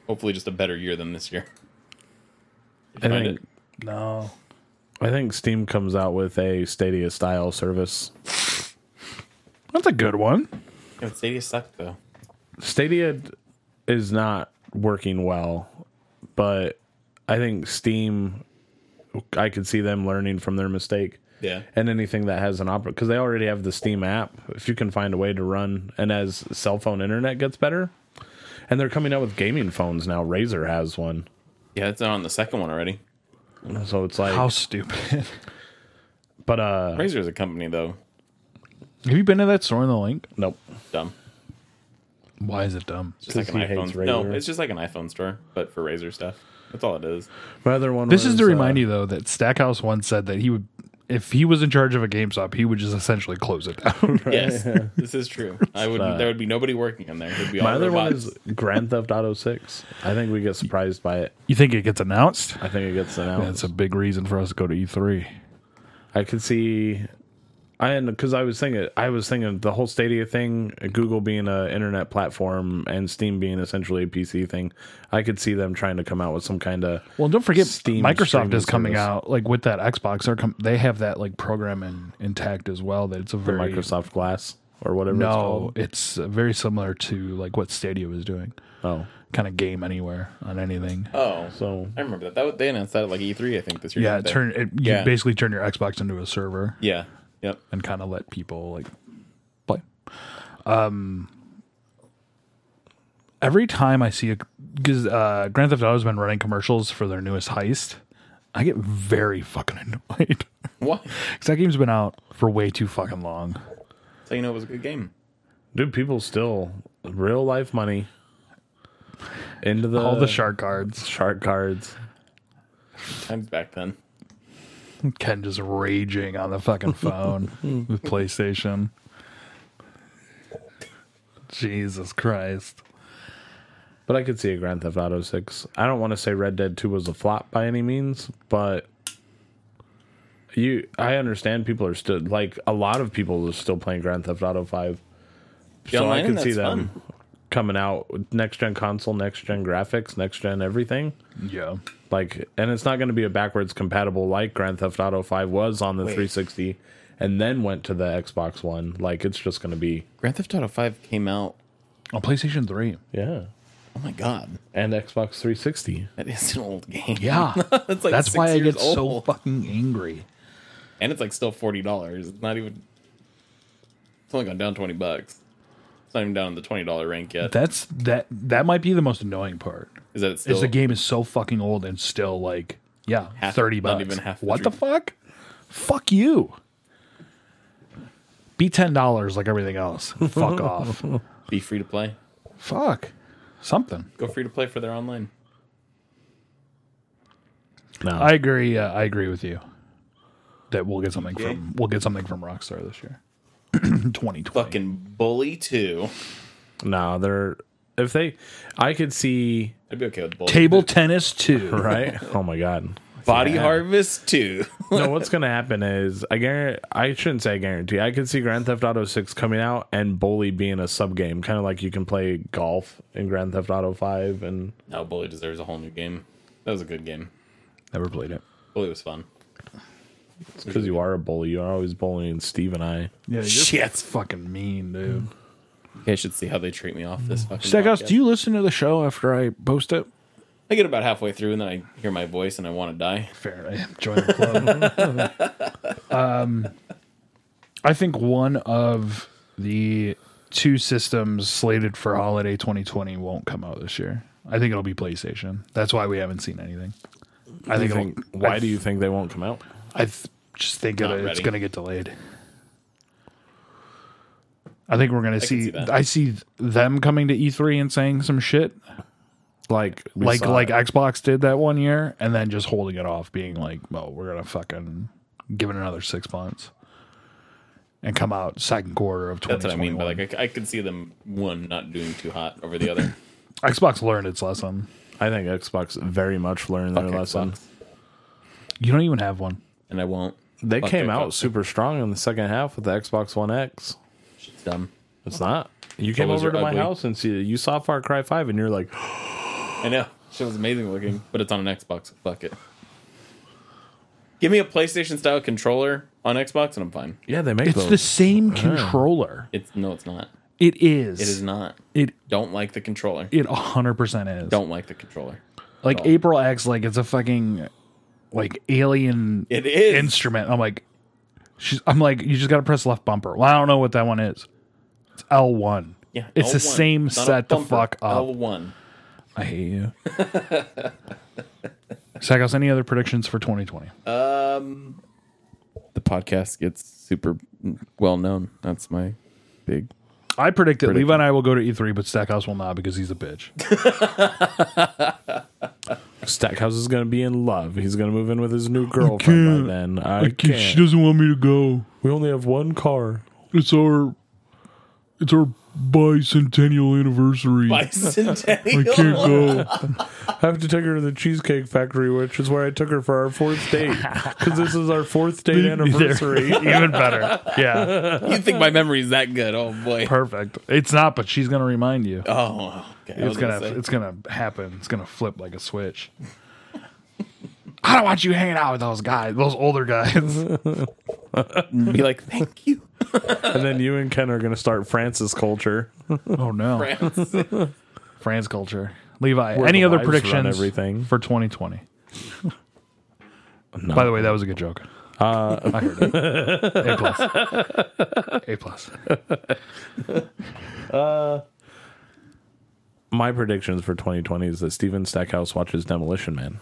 C: Hopefully, just a better year than this year. Did you
B: I
C: find
B: think-
C: it?
A: no.
B: I think Steam comes out with a Stadia style service.
A: That's a good one.
C: Yeah, but Stadia sucked though.
B: Stadia is not working well, but I think Steam, I could see them learning from their mistake.
C: Yeah.
B: And anything that has an opera, because they already have the Steam app. If you can find a way to run, and as cell phone internet gets better, And they're coming out with gaming phones now. Razer has one.
C: Yeah, it's on the second one already.
B: So it's like
A: How stupid.
B: but uh
C: Razer is a company though.
A: Have you been to that store in the link?
B: nope.
C: Dumb.
A: Why is it dumb?
C: It's just like an
B: Because he hates
C: iPhone. No,
B: Razer.
C: it's just like an iPhone store, but for Razer stuff. That's all it is.
B: My other one
A: This is
B: was,
A: to remind
B: uh,
A: you though that Stackhouse once said that he would, if he was in charge of a GameStop, he would just essentially close it down.
C: Yes, this is true. I would. There would be nobody working in there. It'd be all
B: My other one
C: robots.
B: is Grand Theft Auto Six. I think we get surprised by it.
A: you think it gets announced?
B: I think it gets announced.
A: That's a big reason for us to go to E E3.
B: I could see. I and because I was thinking, I was thinking the whole Stadia thing, Google being a internet platform, and Steam being essentially a PC thing. I could see them trying to come out with some kind of
A: Well, don't forget
B: Steam
A: Microsoft
B: streaming
A: is coming
B: service.
A: out like with that Xbox. They're com- they have that like program in, intact as well. That it's a very
B: Microsoft Glass or whatever.
A: no, it's uh, very similar to like what Stadia was doing,
B: it's called.
A: kind of game anywhere on anything.
C: Oh,
B: oh, so
C: I remember that. that. was- They announced that at like E3, I think this year.
A: yeah,
C: didn't
A: it
C: they?
A: turn it, you
C: Yeah.
A: basically turn your Xbox into a server
C: Yeah. Yep.
A: and kind of let people like play. Um, every time I see a because uh, Grand Theft Auto's been running commercials for their newest heist, I get very fucking annoyed.
C: What?
A: Because that game's been out for way too fucking long.
C: So you know it was a good game.
B: dude, people still real life money into the
C: Uh.
A: All the shark cards.
B: shark cards.
C: Times back then.
A: Ken just raging on the fucking phone with PlayStation. Jesus Christ.
B: But I could see a Grand Theft Auto 6. I don't want to say Red Dead 2 was a flop by any means, but you I understand people are still like a lot of people are still playing Grand Theft Auto 5.
C: Yeah,
B: so I
C: online,
B: could see
C: that's
B: them coming out with next gen console, next gen graphics, next gen everything.
A: Yeah.
B: Like and it's not going to be a backwards compatible like Grand Theft Auto 5 was on the 360 and then went to the Xbox One. Like it's just going to be
C: Grand Theft Auto 5 came out.
A: On PlayStation 3.
B: yeah.
C: Oh my god,
B: And Xbox 360.
C: that is an old game.
A: Yeah.
C: It's like
A: That's
C: six
A: why I
C: years
A: get so
C: old.
A: fucking angry.
C: and it's like still forty dollars. It's not even. It's only gone down twenty bucks. It's not even down in the twenty dollar rank yet.
A: That's that that might be the most annoying part.
C: Is that it's still
A: Is the game is so fucking old and still like yeah,
C: Half-
A: 30 bucks.
C: not even half the
A: what the
C: truth.
A: fuck? Fuck you. Be $10 like everything else. fuck off.
C: be free to play?
A: Fuck. Something.
C: Go free to play for their online.
B: No.
A: I agree. Uh, I agree with you that we'll get something from we'll get something from Rockstar this year. 2020.
C: Fucking bully too.
B: No, they're if they, I could see
C: I'd be okay with bully.
A: Table tennis two.
B: right. oh my god.
C: Body Harvest too.
B: No, what's gonna happen is I guarantee. I shouldn't say guarantee. I could see Grand Theft Auto Six coming out and Bully being a sub game, kind of like you can play golf in Grand Theft Auto Five. And
C: no, bully deserves a whole new game. That was a good game.
A: Never played it.
C: Bully was fun.
B: because you are a bully, you are always bullying Steve and I.
A: Yeah, you're
C: Shit.
A: fucking mean, dude.
C: Yeah, I should see how they treat me off this
A: Mm.
C: fucking.
D: Stackhouse,
C: podcast.
D: do you listen to the show after I post it?
C: I get about halfway through and then I hear my voice and I want to die.
A: Fair. I join the club. um, I think one of the two systems slated for holiday 2020 won't come out this year. I think it'll be PlayStation. That's why we haven't seen anything. I
B: You
A: think.
B: think,
A: it'll,
B: why do you think they won't come out?
A: I th- just think
C: Not
A: it, it's
C: ready.
A: going to get delayed. I think we're going to see.
C: see that.
A: I see them coming to E3 and saying some shit
B: Like we
A: like
B: saw
A: like
B: it.
A: Xbox did that one year, and then just holding it off, being like, "Well, we're going to fucking give it another six months." And come out second quarter of
C: That's what I
A: 2021.
C: mean. But like, I, I could see them one not doing too hot over the other.
A: Xbox learned its lesson.
B: I think Xbox very much learned their
C: Fuck
B: lesson.
C: Xbox.
A: You don't even have one.
C: and I won't.
B: They
C: Fuck
B: came out
C: Xbox.
B: super strong in the second half with the Xbox One X.
C: Shit's dumb.
B: It's not. You came
C: Those
B: over
C: are
B: to my
C: ugly.
B: house and see you saw Far Cry Five, and you're like,
C: I know. Shit was amazing looking, but it's on an Xbox. Fuck it. Give me a PlayStation style controller on Xbox and I'm fine.
B: "Yeah, they make
A: It's
B: those."
A: the same controller.
C: It's no, it's not.
A: It is.
C: It is not.
A: It
C: Don't like the controller.
A: it 100% is.
C: Don't like the controller.
A: Like
C: all.
A: April acts like it's a fucking like alien
C: It is.
A: instrument. I'm like, she's. I'm like, you just got to press left bumper. Well, I don't know what that one is. It's L one.
C: Yeah,
A: It's the same
C: Not a
A: set the
C: bumper,
A: fuck up.
C: L1.
A: I hate you. Sackhouse, any other predictions for 2020?
C: The podcast gets super well known. That's my big.
A: I predict that Levi and I will go to E3, but Stackhouse will not because he's a bitch.
B: Stackhouse is going to be in love. He's going to move in with his new girlfriend by then. I, can't.
A: She doesn't want me to go.
B: We only have one car.
A: It's our, it's our bicentennial anniversary. I
C: Bicentennial.
A: can't go.
B: I have to take her to the Cheesecake Factory, which is where I took her for our fourth date. Because this is our fourth date anniversary.
A: Even better. Yeah,
C: you think my memory's that good? Oh boy.
A: perfect. It's not, but she's gonna remind you.
C: Oh, okay. I was
A: it's gonna,
C: say.
A: it's gonna happen. It's gonna flip like a switch. I don't want you hanging out with those guys, those older guys.
C: be like, thank you,
B: and then you and Ken are going to start Francis culture.
A: oh no, France,
C: France.
A: culture. Levi,
B: Where
A: any
B: the
A: other
B: wives run
A: predictions?
B: everything.
A: for 2020. By the way, that was a good joke. Uh, I heard it. A plus. A plus.
B: My predictions for 2020 is that Steven Stackhouse watches Demolition Man.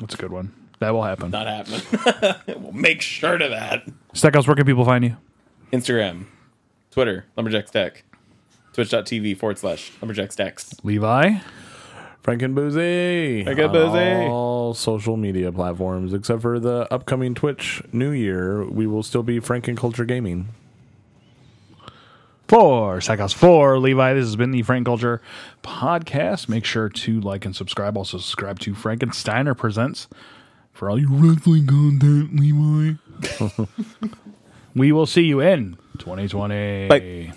A: That's a good one. That will happen.
C: Not happening. we'll make sure to that.
A: Stackhouse, where can people find you?
C: Instagram, Twitter, Lumberjack Stack, twitch.tv forward slash Lumberjack Stacks.
A: Levi.
B: Frank and Boozy.
C: and Boozy.
B: All social media platforms except for the upcoming Twitch New Year. We will still be Frank and Culture Gaming.
A: For Stackhouse 4, Levi, this has been the Frank Culture podcast. Make sure to like and subscribe. Also, subscribe to Frankensteiner Presents for all your wrestling content, Levi. we will see you in 2020.
E: Bye.